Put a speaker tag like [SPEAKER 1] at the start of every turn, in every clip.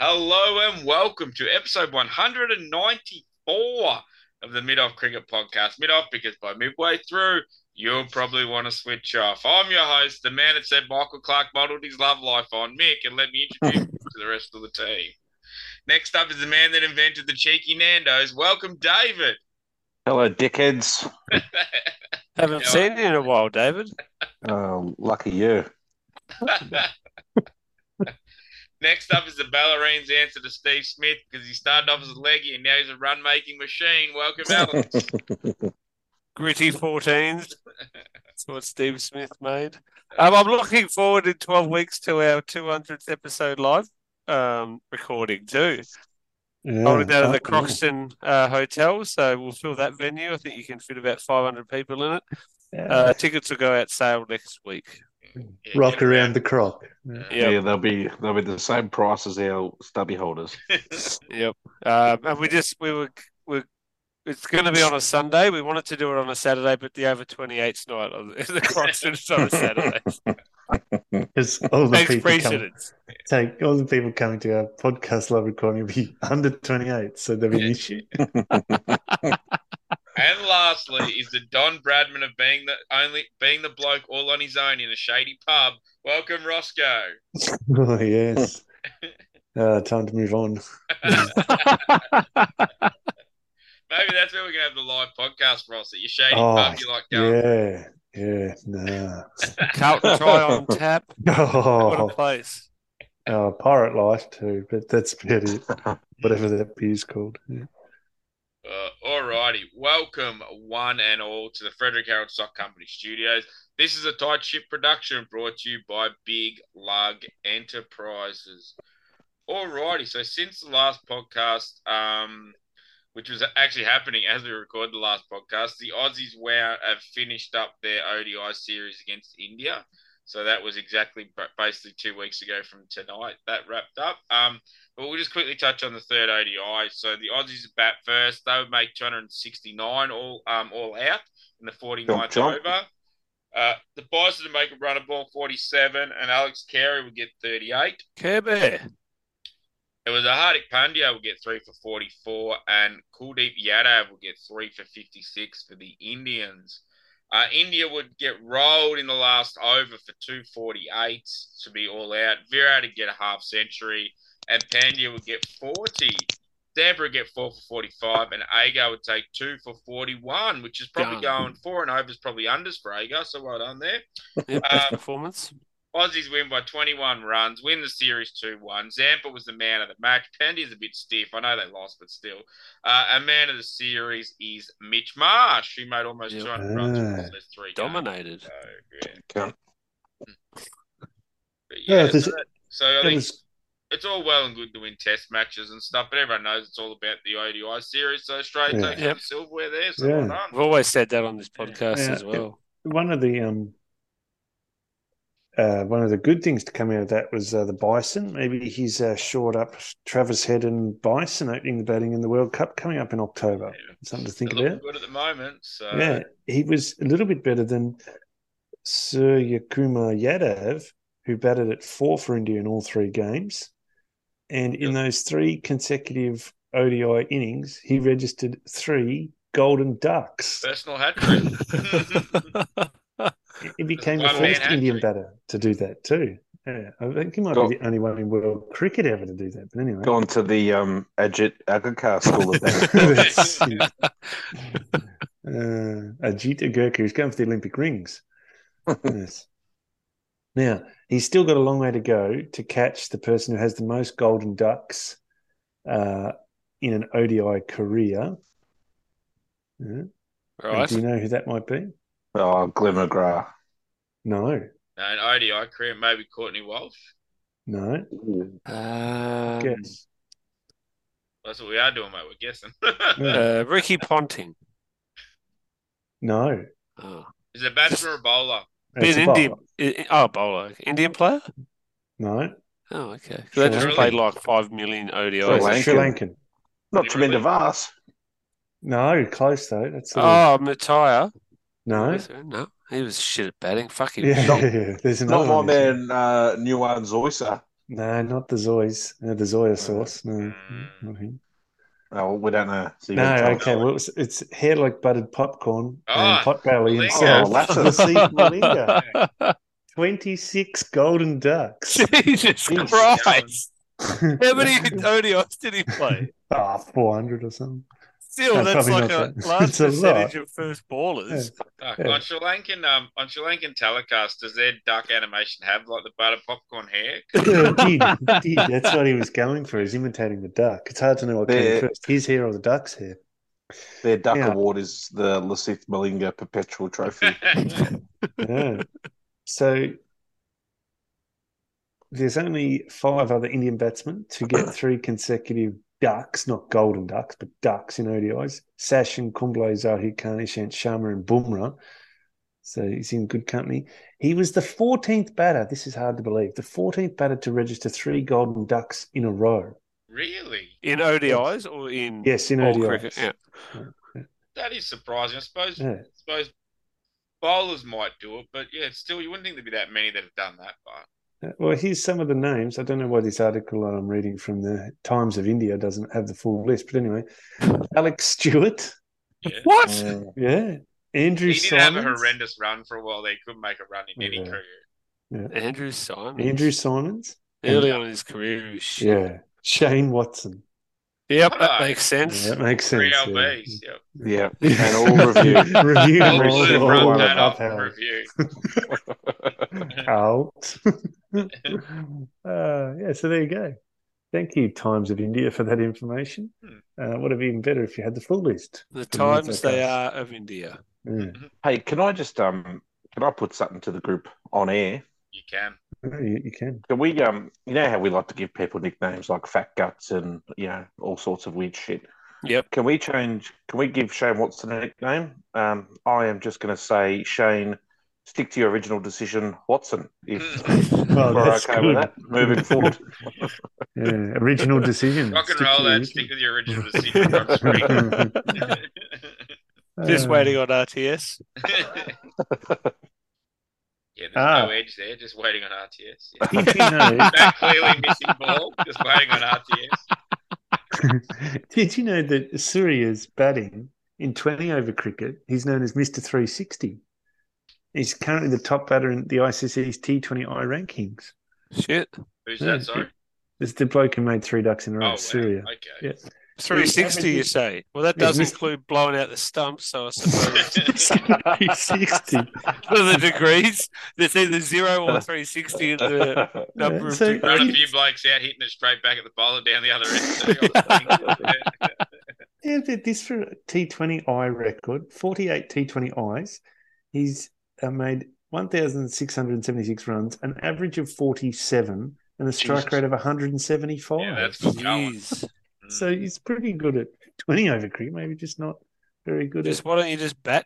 [SPEAKER 1] Hello and welcome to episode 194 of the Mid Off Cricket Podcast. Mid Off, because by midway through, you'll probably want to switch off. I'm your host, the man that said Michael Clark modeled his love life on Mick, and let me introduce you to the rest of the team. Next up is the man that invented the cheeky Nando's. Welcome, David.
[SPEAKER 2] Hello, dickheads.
[SPEAKER 3] Haven't
[SPEAKER 1] Yeah.
[SPEAKER 3] seen you in a while, David.
[SPEAKER 2] Oh, lucky you.
[SPEAKER 1] Next up is the ballerine's answer to Steve Smith because he started off as a leggy and now he's a run making machine. Welcome, Alan.
[SPEAKER 3] Gritty 14s. That's what Steve Smith made. Um, I'm looking forward in 12 weeks to our 200th episode live um, recording, too.
[SPEAKER 4] Oh,
[SPEAKER 3] Holding that at the Croxton uh, Hotel. So we'll fill that venue. I think you can fit about 500 people in it. Uh, tickets will go out sale next week.
[SPEAKER 1] Yeah,
[SPEAKER 4] Rock
[SPEAKER 1] get
[SPEAKER 4] around the croc.
[SPEAKER 3] Yep.
[SPEAKER 2] Yeah, they'll be they'll be the same price as our stubby holders.
[SPEAKER 3] Yep. Um, and we just we were we it's going to be on a Sunday. We wanted to do it on a Saturday, but the over 28th night of the, the Croxton is on a Saturday.
[SPEAKER 4] Because all the
[SPEAKER 3] Takes
[SPEAKER 4] people come-
[SPEAKER 3] precedence.
[SPEAKER 4] take all the people coming to our podcast live recording will be under twenty eight, so there'll be an issue.
[SPEAKER 1] And lastly is the Don Bradman of being the only being the bloke all on his own in a shady pub. Welcome, Roscoe.
[SPEAKER 4] Oh yes. Uh, time to move on.
[SPEAKER 1] Maybe that's where we're gonna have the live podcast, Ross. At your shady
[SPEAKER 4] Oh,
[SPEAKER 1] pub, you like going.
[SPEAKER 4] Yeah, yeah, nah.
[SPEAKER 3] Carlton try on tap. What a
[SPEAKER 4] Oh,
[SPEAKER 3] place.
[SPEAKER 4] oh, pirate life too, but that's about it. Whatever that beer's called. Yeah.
[SPEAKER 1] Uh, alrighty, welcome one and all to the Frederick Harold Stock Company Studios. This is a tight ship production brought to you by Big Lug Enterprises. Alrighty, so since the last podcast, um, which was actually happening as we record the last podcast, the Aussies wow have finished up their ODI series against India. So that was exactly ba- basically two weeks ago from tonight. That wrapped up. Um, but we'll just quickly touch on the third ODI. So the Aussies bat first. They would make 269 all um, all out in the 49th
[SPEAKER 2] Jump, jump.
[SPEAKER 1] over. Uh, the Bison would make a run of ball 47, and Alex Carey would get 38.
[SPEAKER 3] Care Bear.
[SPEAKER 1] It was a Hardik Pandya will get three for 44, and Kuldeep Yadav will get three for 56 for the Indians. Uh, India would get rolled in the last over for 248 to be all out. Virat would get a half century, and Pandya would get 40. Deborah would get four for 45, and Agar would take two for 41, which is probably
[SPEAKER 3] Done.
[SPEAKER 1] going four and overs, probably unders for Agar. So well done there.
[SPEAKER 3] Yep,
[SPEAKER 1] Um,
[SPEAKER 3] best performance.
[SPEAKER 1] Aussies win by 21 runs, win the series 2 1. Zampa was the man of the match. Pandy is a bit stiff. I know they lost, but still. Uh, a man of the series is Mitch Marsh, who made almost
[SPEAKER 3] Yep.
[SPEAKER 1] 200 runs
[SPEAKER 4] Ah.
[SPEAKER 1] across those three. games.
[SPEAKER 3] Dominated.
[SPEAKER 1] So, yeah.
[SPEAKER 2] Can't-
[SPEAKER 1] But
[SPEAKER 4] Yeah,
[SPEAKER 1] yeah, so,
[SPEAKER 4] there's-
[SPEAKER 1] that- so I
[SPEAKER 4] That
[SPEAKER 1] think
[SPEAKER 4] was
[SPEAKER 1] it's all well and good to win test matches and stuff, but everyone knows it's all about the ODI series. So Australia
[SPEAKER 4] Yeah.
[SPEAKER 1] takes
[SPEAKER 3] Yep.
[SPEAKER 1] the silverware there. So
[SPEAKER 4] Yeah.
[SPEAKER 1] well done.
[SPEAKER 3] We've always said that on this podcast
[SPEAKER 4] Yeah.
[SPEAKER 3] as well.
[SPEAKER 4] one of the um uh one of the good things to come out of that was uh, the bison maybe he's uh, shored up travis head and bison opening the batting in the world cup coming up in october
[SPEAKER 1] Yeah.
[SPEAKER 4] something to think
[SPEAKER 1] They're looking
[SPEAKER 4] about
[SPEAKER 1] good uh, at the moment. So
[SPEAKER 4] yeah he was a little bit better than sir yakuma yadav who batted at four for india in all three games and in those three consecutive odi innings he registered three golden ducks
[SPEAKER 1] personal hat trick.
[SPEAKER 4] He became the
[SPEAKER 1] One man
[SPEAKER 4] first
[SPEAKER 1] hat
[SPEAKER 4] Indian
[SPEAKER 1] trick.
[SPEAKER 4] batter to do that too. Yeah, I think he might
[SPEAKER 2] Go-
[SPEAKER 4] be the only one in world cricket ever to do that. But anyway,
[SPEAKER 2] Gone to the um Ajit Agarkar School of Management.
[SPEAKER 4] That's- uh, Ajit Agarkar, who's going for the Olympic rings. yes. Now he's still got a long way to go to catch the person who has the most golden ducks uh, in an ODI career. Yeah. And
[SPEAKER 3] Right.
[SPEAKER 4] Do you know who that might be?
[SPEAKER 2] oh, Glenn McGrath.
[SPEAKER 4] No,
[SPEAKER 1] No, an ODI career, maybe Courtney Walsh.
[SPEAKER 4] no.
[SPEAKER 3] Um,
[SPEAKER 4] Guess.
[SPEAKER 1] That's what we are doing, mate. We're guessing.
[SPEAKER 3] uh, Ricky Ponting.
[SPEAKER 4] No.
[SPEAKER 3] Oh.
[SPEAKER 1] Is it a batsman or a bowler?
[SPEAKER 4] It's
[SPEAKER 3] Been
[SPEAKER 4] a
[SPEAKER 3] Indian.
[SPEAKER 4] bowler.
[SPEAKER 3] I- Oh, bowler. Indian player?
[SPEAKER 4] No.
[SPEAKER 3] Oh, okay. 'Cause They just
[SPEAKER 4] Sri
[SPEAKER 3] played like 5 million ODIs.
[SPEAKER 2] Sri Lankan.
[SPEAKER 4] Sri Lankan.
[SPEAKER 2] Not Tremendous Vass.
[SPEAKER 4] No, close though. That's sort of-
[SPEAKER 3] Oh, Mattia.
[SPEAKER 4] no.
[SPEAKER 3] No, he was shit at batting. Fucking
[SPEAKER 4] Yeah,
[SPEAKER 2] Not-
[SPEAKER 4] there's another
[SPEAKER 2] Not my
[SPEAKER 4] one there.
[SPEAKER 2] man uh Nuan Zoysa.
[SPEAKER 4] No, not the Zoys. No, the Zoya sauce. No,
[SPEAKER 1] Mm.
[SPEAKER 4] not him.
[SPEAKER 2] Oh, we don't know. So you
[SPEAKER 4] No,
[SPEAKER 2] gotta tell
[SPEAKER 4] okay.
[SPEAKER 2] us.
[SPEAKER 4] Well, it's, it's hair like buttered popcorn
[SPEAKER 1] Ah,
[SPEAKER 4] and pot belly
[SPEAKER 1] Malinga.
[SPEAKER 4] himself.
[SPEAKER 2] Oh, lapsus.
[SPEAKER 4] See, Malinga. 26 golden ducks.
[SPEAKER 3] Jesus
[SPEAKER 4] Jesus.
[SPEAKER 3] Christ. How
[SPEAKER 4] oh,
[SPEAKER 3] many Odios did he play?
[SPEAKER 4] 400 Ah, or something.
[SPEAKER 3] Still,
[SPEAKER 4] No,
[SPEAKER 3] that's
[SPEAKER 4] probably
[SPEAKER 3] like a
[SPEAKER 4] not that.
[SPEAKER 3] large
[SPEAKER 4] It's a
[SPEAKER 3] percentage of first ballers.
[SPEAKER 1] Fuck,
[SPEAKER 4] Yeah.
[SPEAKER 1] On Sri Lankan, um, on Sri Lankan telecast, does their duck animation have like the butter popcorn hair?
[SPEAKER 4] Yeah, it did. It did. That's what he was going for, is imitating the duck. It's hard to know what
[SPEAKER 2] There-
[SPEAKER 4] came first, his hair or the duck's hair.
[SPEAKER 2] Their duck
[SPEAKER 4] Yeah.
[SPEAKER 2] award is the Lasith Malinga Perpetual Trophy.
[SPEAKER 4] Yeah. So there's only five other Indian batsmen to get three consecutive ducks, not golden ducks, but ducks in ODIs. Sachin, Kumble, Zahir Khan, Ishant Sharma, and Bumrah. So he's in good company. He was the 14th batter. This is hard to believe. The 14th batter to register three golden ducks in a row.
[SPEAKER 1] really?
[SPEAKER 3] In ODIs or in
[SPEAKER 4] Yes, in
[SPEAKER 3] all
[SPEAKER 4] ODIs.
[SPEAKER 3] cricket? Yeah.
[SPEAKER 1] That is surprising. I suppose
[SPEAKER 4] Yeah.
[SPEAKER 1] I suppose bowlers might do it, but yeah, it's still you wouldn't think there'd be that many that have done that, but
[SPEAKER 4] Uh, Well, here's some of the names. I don't know why this article I'm reading from the Times of India doesn't have the full list, but anyway, Alex Stewart,
[SPEAKER 1] yeah.
[SPEAKER 3] What?
[SPEAKER 2] Mm.
[SPEAKER 4] yeah, Andrew
[SPEAKER 1] He did have a
[SPEAKER 4] Simons,
[SPEAKER 1] horrendous run for a while. They couldn't make a run in any
[SPEAKER 4] Yeah.
[SPEAKER 1] career.
[SPEAKER 3] Andrew Simon.
[SPEAKER 4] Andrew Simons,
[SPEAKER 3] Early on in his career, he was shit.
[SPEAKER 4] yeah, Shane Watson.
[SPEAKER 3] Yep, that
[SPEAKER 1] Right.
[SPEAKER 3] makes
[SPEAKER 4] Yeah,
[SPEAKER 3] sense.
[SPEAKER 4] that makes
[SPEAKER 1] Three
[SPEAKER 4] sense. yeah.
[SPEAKER 1] LBs. Yeah.
[SPEAKER 2] Yeah. And all review.
[SPEAKER 4] Review
[SPEAKER 1] All
[SPEAKER 4] them all,
[SPEAKER 1] blue
[SPEAKER 4] all
[SPEAKER 1] run
[SPEAKER 4] one
[SPEAKER 1] that up
[SPEAKER 4] upheld.
[SPEAKER 1] for review.
[SPEAKER 4] out. uh, yeah, so there you go. Thank you, Times of India, for that information.
[SPEAKER 1] Hmm.
[SPEAKER 4] Uh, would have been better if you had the full list.
[SPEAKER 3] The
[SPEAKER 4] Good morning,
[SPEAKER 3] times they
[SPEAKER 4] South
[SPEAKER 3] are of India.
[SPEAKER 4] Yeah.
[SPEAKER 1] Hmm.
[SPEAKER 2] Hey, can I just um can I put something to the group on air?
[SPEAKER 1] You can.
[SPEAKER 4] You, you can.
[SPEAKER 2] Can we um you know how we like to give people nicknames like fat guts and you know all sorts of weird shit.
[SPEAKER 3] Yep.
[SPEAKER 2] Can we change can we give Shane Watson a nickname? Um I am just gonna say Shane, stick to your original decision, Watson, if
[SPEAKER 3] Hmm.
[SPEAKER 4] Well,
[SPEAKER 2] we're
[SPEAKER 4] Oh, that's
[SPEAKER 2] okay with
[SPEAKER 4] good.
[SPEAKER 2] that. Moving forward.
[SPEAKER 4] Yeah, original decision.
[SPEAKER 1] Rock and
[SPEAKER 4] Hmm. Stick
[SPEAKER 1] roll
[SPEAKER 4] to the
[SPEAKER 1] that, stick with your original decision from spring.
[SPEAKER 3] Just
[SPEAKER 4] Uh,
[SPEAKER 3] waiting on RTS.
[SPEAKER 1] yeah, there's
[SPEAKER 4] Ah.
[SPEAKER 1] no edge there, just waiting on RTS. Yeah.
[SPEAKER 4] Did you know?
[SPEAKER 1] That clearly missing ball, just waiting on RTS.
[SPEAKER 4] did you know that Suria's batting in twenty over cricket? He's known as Mister Three Sixty. He's currently the top batter in the ICC's T20I rankings.
[SPEAKER 3] Shit.
[SPEAKER 1] Who's
[SPEAKER 4] Yeah.
[SPEAKER 1] that, sorry?
[SPEAKER 4] It's the bloke who made three ducks in a
[SPEAKER 1] Oh,
[SPEAKER 4] row,
[SPEAKER 1] wow.
[SPEAKER 4] Surya.
[SPEAKER 1] Okay.
[SPEAKER 4] Yeah.
[SPEAKER 3] 360, you say? Well, that
[SPEAKER 4] He's
[SPEAKER 3] does
[SPEAKER 4] missed-
[SPEAKER 3] include blowing out the stumps, so I suppose.
[SPEAKER 4] Three sixty.
[SPEAKER 3] What are the degrees? There's either zero or 360 in the number of
[SPEAKER 4] So-
[SPEAKER 1] Got a
[SPEAKER 3] degrees.
[SPEAKER 1] few blokes out hitting it straight back at the bowler down the other end.
[SPEAKER 4] Yeah, but this for a T20I record, 48 T20Is. He's uh, made 1,676 runs, an average of 47, and a strike
[SPEAKER 2] Jesus.
[SPEAKER 4] rate of 175.
[SPEAKER 1] Yeah, that's good going.
[SPEAKER 3] Jeez.
[SPEAKER 4] So
[SPEAKER 1] Mm.
[SPEAKER 4] he's pretty good at 20 over cricket, maybe just not very good at.
[SPEAKER 3] Just why don't you just bat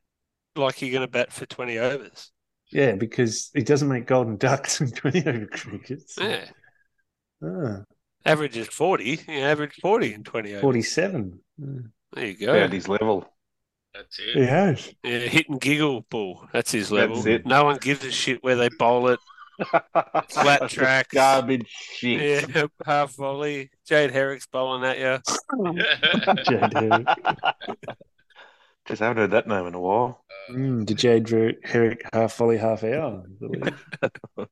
[SPEAKER 3] like you're going to bat for 20 overs?
[SPEAKER 4] Yeah, because he doesn't make golden ducks in 20 over cricket. so-
[SPEAKER 3] Yeah.
[SPEAKER 4] Ah,
[SPEAKER 3] Average is 40. You average 40 in 20 overs.
[SPEAKER 4] 47.
[SPEAKER 3] There you go.
[SPEAKER 2] At his level.
[SPEAKER 1] That's it.
[SPEAKER 4] He has.
[SPEAKER 3] Yeah, hit and giggle ball. That's his level.
[SPEAKER 2] That's it.
[SPEAKER 3] No one gives a shit where they bowl it. Flat
[SPEAKER 2] Just
[SPEAKER 3] tracks.
[SPEAKER 2] Garbage shit.
[SPEAKER 3] Yeah, half volley. Jade Herrick's bowling at you.
[SPEAKER 4] Jade Herrick.
[SPEAKER 2] Just haven't heard that name in a while.
[SPEAKER 4] Mm, the Jade Her- Herrick half volley, half hour. I believe.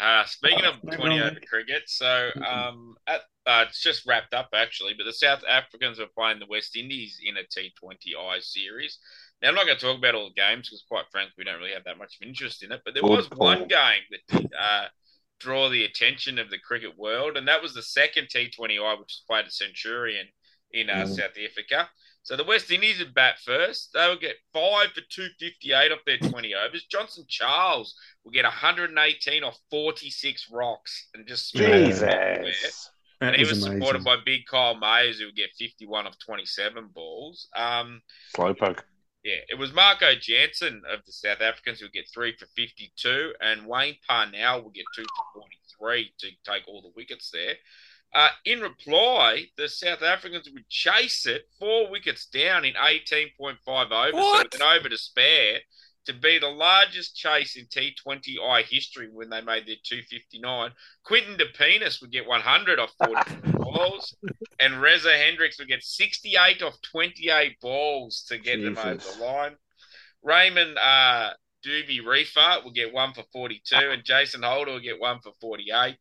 [SPEAKER 1] Uh, speaking of
[SPEAKER 4] Moving
[SPEAKER 1] 20
[SPEAKER 4] on.
[SPEAKER 1] over cricket, so um, at, uh, it's just wrapped up actually, but the South Africans are playing the West Indies in a T20I series. Now, I'm not going to talk about all the games because, quite frankly, we don't really have that much of interest in it, but there
[SPEAKER 2] Good
[SPEAKER 1] was one
[SPEAKER 2] call.
[SPEAKER 1] game that did uh, draw the attention of the cricket world, and that was the second T20I, which was played at Centurion in uh,
[SPEAKER 2] Mm.
[SPEAKER 1] South Africa. So the West Indies would bat first. They would get five for 258 off their 20 overs. Johnson Charles will get 118 off 46 rocks and just smash it everywhere.
[SPEAKER 2] Jesus.
[SPEAKER 4] That
[SPEAKER 1] And he was,
[SPEAKER 4] amazing.
[SPEAKER 1] supported by big Kyle Mayers, who would get 51 off 27 balls. Um,
[SPEAKER 2] Slowpoke.
[SPEAKER 1] yeah, it was Marco Jansen of the South Africans who would get three for 52, and Wayne Parnell will get two for 43 to take all the wickets there. Uh, in reply, the South Africans would chase it four wickets down in 18.5 overs, so
[SPEAKER 3] What?
[SPEAKER 1] with an over to spare to be the largest chase in T20I history when they made their 259. Quinton De Penis would get 100 off 44 balls, and Reza Hendricks would get 68 off 28 balls to get them over
[SPEAKER 2] Jesus.
[SPEAKER 1] the line. Raymond uh, Doobie Reefart will get one for 42, and Jason Holder will get one for 48.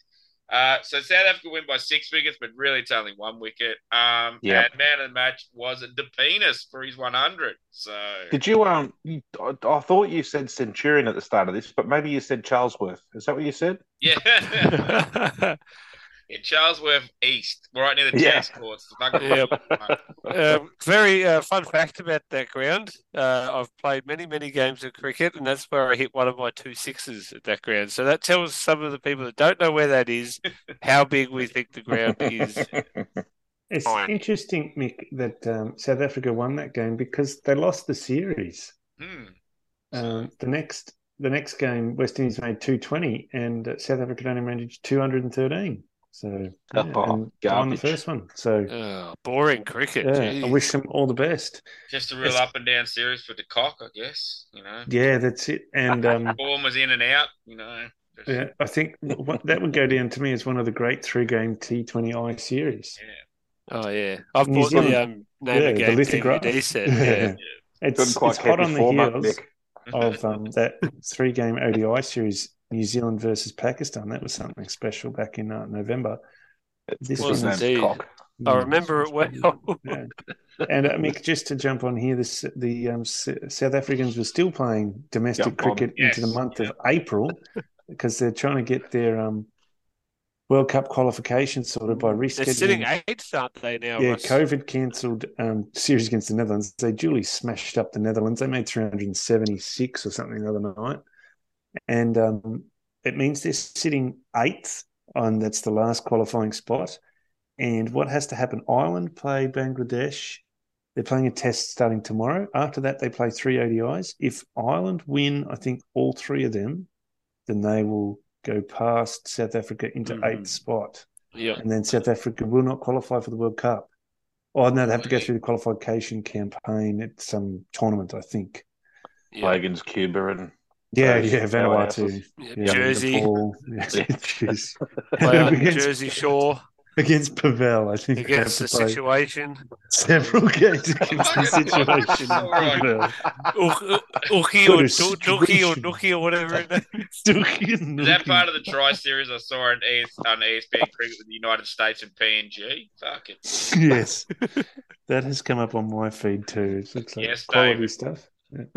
[SPEAKER 1] Uh, so South Africa win by six wickets, but really it's only one wicket. Um,
[SPEAKER 2] Yeah.
[SPEAKER 1] And man of the match was De Penis for his 100. So
[SPEAKER 2] Did you um? You, I, I thought you said Centurion at the start of this, but maybe you said Charlesworth. Is that what you said?
[SPEAKER 1] yeah. in Charlesworth East, right near the
[SPEAKER 2] Yeah.
[SPEAKER 1] tennis courts. The fucking-
[SPEAKER 3] Uh, very uh, fun fact about that ground. Uh, I've played many, many games of cricket, and that's where I hit one of my two sixes at that ground. So that tells some of the people that don't know where that is how big we think the ground is.
[SPEAKER 4] It's
[SPEAKER 2] Fine.
[SPEAKER 4] interesting, Mick, that um, South Africa won that game because they lost the series.
[SPEAKER 1] Hmm.
[SPEAKER 4] Um, the next the next game, West Indies made two twenty, and uh, South Africa only managed two hundred and thirteen. So yeah,
[SPEAKER 2] Oh,
[SPEAKER 4] and they won the
[SPEAKER 2] garbage.
[SPEAKER 4] first one. So
[SPEAKER 3] Oh, boring cricket.
[SPEAKER 4] yeah, I
[SPEAKER 3] Jeez.
[SPEAKER 4] wish them all the best.
[SPEAKER 1] Just a real
[SPEAKER 4] It's-
[SPEAKER 1] up and down series for De Kock, I guess. You know,
[SPEAKER 4] Yeah, that's it. And um,
[SPEAKER 1] form was in and out. You know, Just-
[SPEAKER 4] yeah, I think what, that would go down to me as one of the great three game T Twenty I series.
[SPEAKER 3] Oh, yeah. I've
[SPEAKER 4] New
[SPEAKER 3] bought
[SPEAKER 4] Zealand-
[SPEAKER 3] the um, name
[SPEAKER 4] yeah,
[SPEAKER 3] of
[SPEAKER 4] the
[SPEAKER 3] game
[SPEAKER 4] lithograph.
[SPEAKER 3] DVD set. Yeah.
[SPEAKER 4] It's,
[SPEAKER 2] Couldn't quite
[SPEAKER 4] it's
[SPEAKER 2] catch
[SPEAKER 4] hot on
[SPEAKER 2] his
[SPEAKER 4] the
[SPEAKER 2] form up,
[SPEAKER 4] heels
[SPEAKER 2] Nick.
[SPEAKER 4] of um, that three game ODI series, New Zealand versus Pakistan. That was something special back in uh, November. This
[SPEAKER 2] His
[SPEAKER 3] was
[SPEAKER 2] name's
[SPEAKER 3] indeed.
[SPEAKER 2] Cock.
[SPEAKER 3] I
[SPEAKER 4] Mm.
[SPEAKER 3] remember it well.
[SPEAKER 4] Yeah. And uh, Mick, just to jump on here, this, the um, S- South Africans were still playing domestic
[SPEAKER 2] Jump on.
[SPEAKER 4] cricket into the
[SPEAKER 1] Yes.
[SPEAKER 4] month of April because they're trying to get their um, World Cup qualification sorted by rescheduling.
[SPEAKER 3] They're sitting eighth, aren't they now?
[SPEAKER 4] Yeah,
[SPEAKER 3] Russ?
[SPEAKER 4] COVID cancelled um, series against the Netherlands. They duly smashed up the Netherlands. They made 376 or something the other night. And um, it means they're sitting eighth, and that's the last qualifying spot. And what has to happen? Ireland play Bangladesh. They're playing a test starting tomorrow. After that, they play three ODIs. If Ireland win, I think all three of them, then they will go past South Africa into
[SPEAKER 3] Mhm.
[SPEAKER 4] eighth spot
[SPEAKER 3] Yeah.
[SPEAKER 4] and then South Africa will not qualify for the World Cup. Oh no, they have to go through the qualification campaign at some tournament, I think.
[SPEAKER 3] yeah.
[SPEAKER 2] Pagans, Cuba, and
[SPEAKER 4] Yeah,
[SPEAKER 2] Oh,
[SPEAKER 4] yeah, Vanuatu,
[SPEAKER 2] Vanuatu.
[SPEAKER 4] yeah,
[SPEAKER 3] Jersey,
[SPEAKER 4] Nepal. Yeah,
[SPEAKER 2] Yeah.
[SPEAKER 4] jeez.
[SPEAKER 3] play on
[SPEAKER 4] Against-
[SPEAKER 3] Jersey Shore
[SPEAKER 4] against Pavel, I think they have
[SPEAKER 3] against
[SPEAKER 4] to
[SPEAKER 3] the
[SPEAKER 4] play
[SPEAKER 3] situation.
[SPEAKER 4] several games against the situation.
[SPEAKER 1] All right.
[SPEAKER 4] Pavel.
[SPEAKER 3] Uki
[SPEAKER 4] What
[SPEAKER 3] or Duki or
[SPEAKER 4] a situation.
[SPEAKER 3] Duki or whatever. it is.
[SPEAKER 1] Is that part of the Tri Series I saw on, ES, on E ESPN Cricket with the United States and PNG? Fuck it.
[SPEAKER 4] yes, that has come up on my feed too. It looks like
[SPEAKER 1] Yes,
[SPEAKER 4] quality
[SPEAKER 1] David.
[SPEAKER 4] stuff.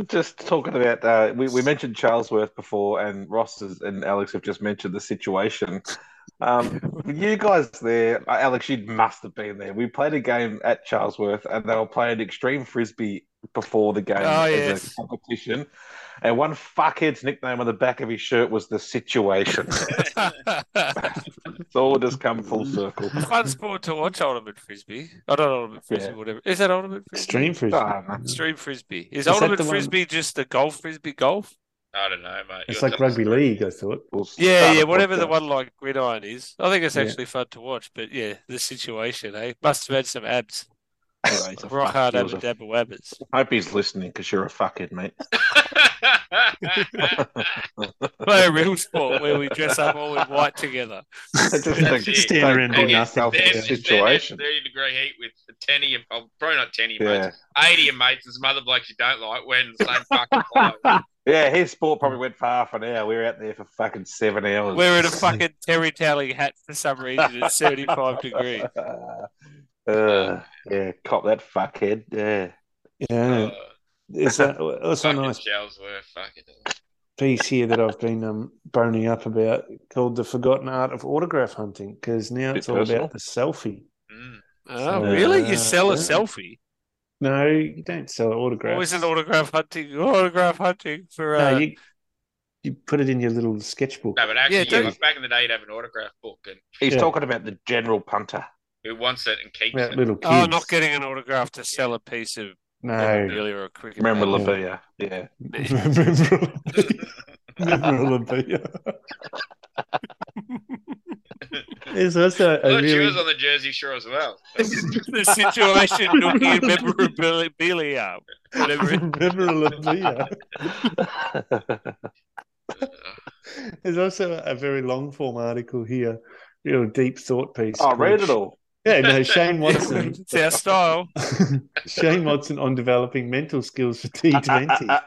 [SPEAKER 2] Just talking about, uh, we, we mentioned Charlesworth before, and Ross is, and Alex have just mentioned the situation. Um, were you guys there, uh, Alex, you must have been there. We played a game at Charlesworth, and they were playing extreme frisbee before the game
[SPEAKER 3] Oh,
[SPEAKER 2] as a
[SPEAKER 3] yes.
[SPEAKER 2] competition. And one fuckhead's nickname on the back of his shirt was the situation. it's all just come full circle.
[SPEAKER 3] Fun sport to watch, ultimate frisbee. Oh, not ultimate frisbee,
[SPEAKER 2] Yeah.
[SPEAKER 3] whatever. Is that ultimate frisbee?
[SPEAKER 4] Extreme frisbee.
[SPEAKER 2] Ah,
[SPEAKER 3] Extreme frisbee. Is,
[SPEAKER 4] Is that
[SPEAKER 3] ultimate
[SPEAKER 4] the one-
[SPEAKER 3] frisbee just the golf frisbee golf?
[SPEAKER 1] I don't know, mate.
[SPEAKER 4] It's
[SPEAKER 1] You're
[SPEAKER 4] like
[SPEAKER 1] telling
[SPEAKER 4] rugby league, I thought.
[SPEAKER 2] we'll
[SPEAKER 3] Yeah,
[SPEAKER 2] start
[SPEAKER 3] yeah,
[SPEAKER 2] a
[SPEAKER 3] whatever the
[SPEAKER 2] podcast.
[SPEAKER 3] one like gridiron is. I think it's
[SPEAKER 4] Yeah.
[SPEAKER 3] actually fun to watch, but yeah, the situation, eh? Must have had some abs.
[SPEAKER 2] Oh, he's a
[SPEAKER 3] Rock
[SPEAKER 2] fuck.
[SPEAKER 3] hard
[SPEAKER 2] He was
[SPEAKER 3] abba
[SPEAKER 2] a-
[SPEAKER 3] dabba wabbers.
[SPEAKER 2] Hope he's listening because you're a fuckhead, mate.
[SPEAKER 3] Play a real sport where we dress up all in white together.
[SPEAKER 2] Just
[SPEAKER 1] That's
[SPEAKER 2] to
[SPEAKER 1] it.
[SPEAKER 2] take
[SPEAKER 4] Stand
[SPEAKER 2] care
[SPEAKER 4] around doing
[SPEAKER 2] of
[SPEAKER 4] nothing.
[SPEAKER 2] yourself in
[SPEAKER 1] There's
[SPEAKER 2] that
[SPEAKER 4] Yeah.
[SPEAKER 1] situation.
[SPEAKER 2] situation.
[SPEAKER 1] 30 degree heat with 10 of your, oh, probably not 10 of your mates,
[SPEAKER 2] Yeah.
[SPEAKER 1] 80 of your mates and some other blokes you don't like wearing the same fucking clothes.
[SPEAKER 2] Yeah, his sport probably went for half an hour. We were out there for fucking seven
[SPEAKER 4] Oh,
[SPEAKER 2] hours.
[SPEAKER 3] Wearing a fucking terry toweling hat for some reason at 75 degrees.
[SPEAKER 2] Uh, yeah, cop that fuckhead. Yeah.
[SPEAKER 4] Yeah, oh,
[SPEAKER 1] Uh,
[SPEAKER 4] it's a, also a
[SPEAKER 1] fucking
[SPEAKER 4] nice
[SPEAKER 1] Shellsworth, fucking.
[SPEAKER 4] piece here that I've been um, boning up about called The Forgotten Art of Autograph Hunting because now
[SPEAKER 2] Bit
[SPEAKER 4] it's all
[SPEAKER 2] personal.
[SPEAKER 4] about the selfie.
[SPEAKER 1] Mm.
[SPEAKER 3] Oh, really? You sell a
[SPEAKER 4] Uh, yeah.
[SPEAKER 3] selfie?
[SPEAKER 4] No, you don't sell autographs.
[SPEAKER 3] Or is it autograph hunting? Autograph hunting for uh,
[SPEAKER 4] No, you, you put it in your little sketchbook.
[SPEAKER 1] No, but actually,
[SPEAKER 3] Yeah,
[SPEAKER 1] yeah,
[SPEAKER 3] don't-
[SPEAKER 1] like back in the day, you'd have an autograph book, and
[SPEAKER 2] He's
[SPEAKER 4] Yeah.
[SPEAKER 2] talking about the general punter.
[SPEAKER 1] who wants it and keeps
[SPEAKER 4] About
[SPEAKER 1] it.
[SPEAKER 4] little kids.
[SPEAKER 3] oh, not getting an autograph to sell a piece of
[SPEAKER 4] No.
[SPEAKER 3] memorabilia or a cricket.
[SPEAKER 2] Remember
[SPEAKER 3] bat.
[SPEAKER 2] Lavia? Yeah.
[SPEAKER 4] Memorabilia. Memorabilia. uh, There's also
[SPEAKER 1] I
[SPEAKER 4] a
[SPEAKER 1] thought Oh, she
[SPEAKER 4] really
[SPEAKER 1] was on the Jersey Shore as well.
[SPEAKER 3] the situation looking at memorabilia. Whatever it-
[SPEAKER 4] Memorabilia.
[SPEAKER 1] Uh,
[SPEAKER 4] There's also a very long form article here, real deep thought piece.
[SPEAKER 2] oh, read
[SPEAKER 4] called-
[SPEAKER 2] it all.
[SPEAKER 4] Yeah, no, Shane Watson.
[SPEAKER 3] it's our style.
[SPEAKER 4] Shane Watson on developing mental skills for T20.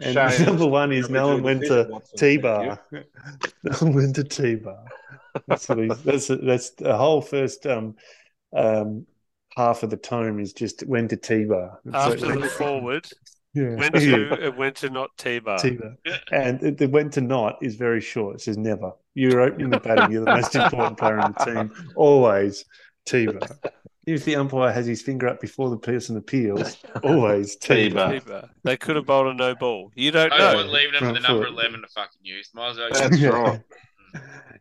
[SPEAKER 4] And number one is Melon went to T bar. Melon went to T bar. That's what he's, that's that's the whole first um um half of the tome is just when to T bar.
[SPEAKER 3] After the forward,
[SPEAKER 4] yeah.
[SPEAKER 3] went to it went to not T bar.
[SPEAKER 4] T-bar. And it, it went to not is very short. It says never. You're opening the batting. You're the most important player on the team. Always T-bar. If the umpire has his finger up before the person appeals, always T-bar.
[SPEAKER 2] T-bar.
[SPEAKER 3] They could have bowled a no ball. You don't
[SPEAKER 1] I
[SPEAKER 3] know.
[SPEAKER 1] wasn't leaving it for the
[SPEAKER 4] Front
[SPEAKER 1] number
[SPEAKER 4] foot.
[SPEAKER 1] 11 to fucking use. Might as well.
[SPEAKER 2] That's
[SPEAKER 4] Yeah.
[SPEAKER 2] right.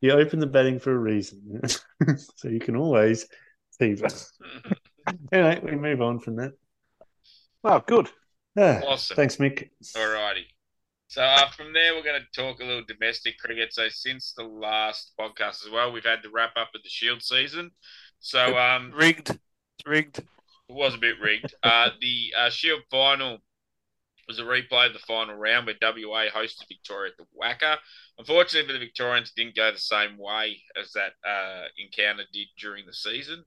[SPEAKER 4] You open the batting for a reason. so you can always T-bar. Anyway, we move on from that.
[SPEAKER 2] Oh, good.
[SPEAKER 4] Ah,
[SPEAKER 1] awesome.
[SPEAKER 4] Thanks, Mick.
[SPEAKER 1] Alrighty. So uh, from there, we're going to talk a little domestic cricket. So since the last podcast as well, we've had the wrap up of the Shield season. So um,
[SPEAKER 3] rigged. It's rigged.
[SPEAKER 1] It was a bit rigged. Uh, the uh, Shield final was a replay of the final round where WA hosted Victoria at the Wacker. Unfortunately for the Victorians, it didn't go the same way as that uh, encounter did during the season.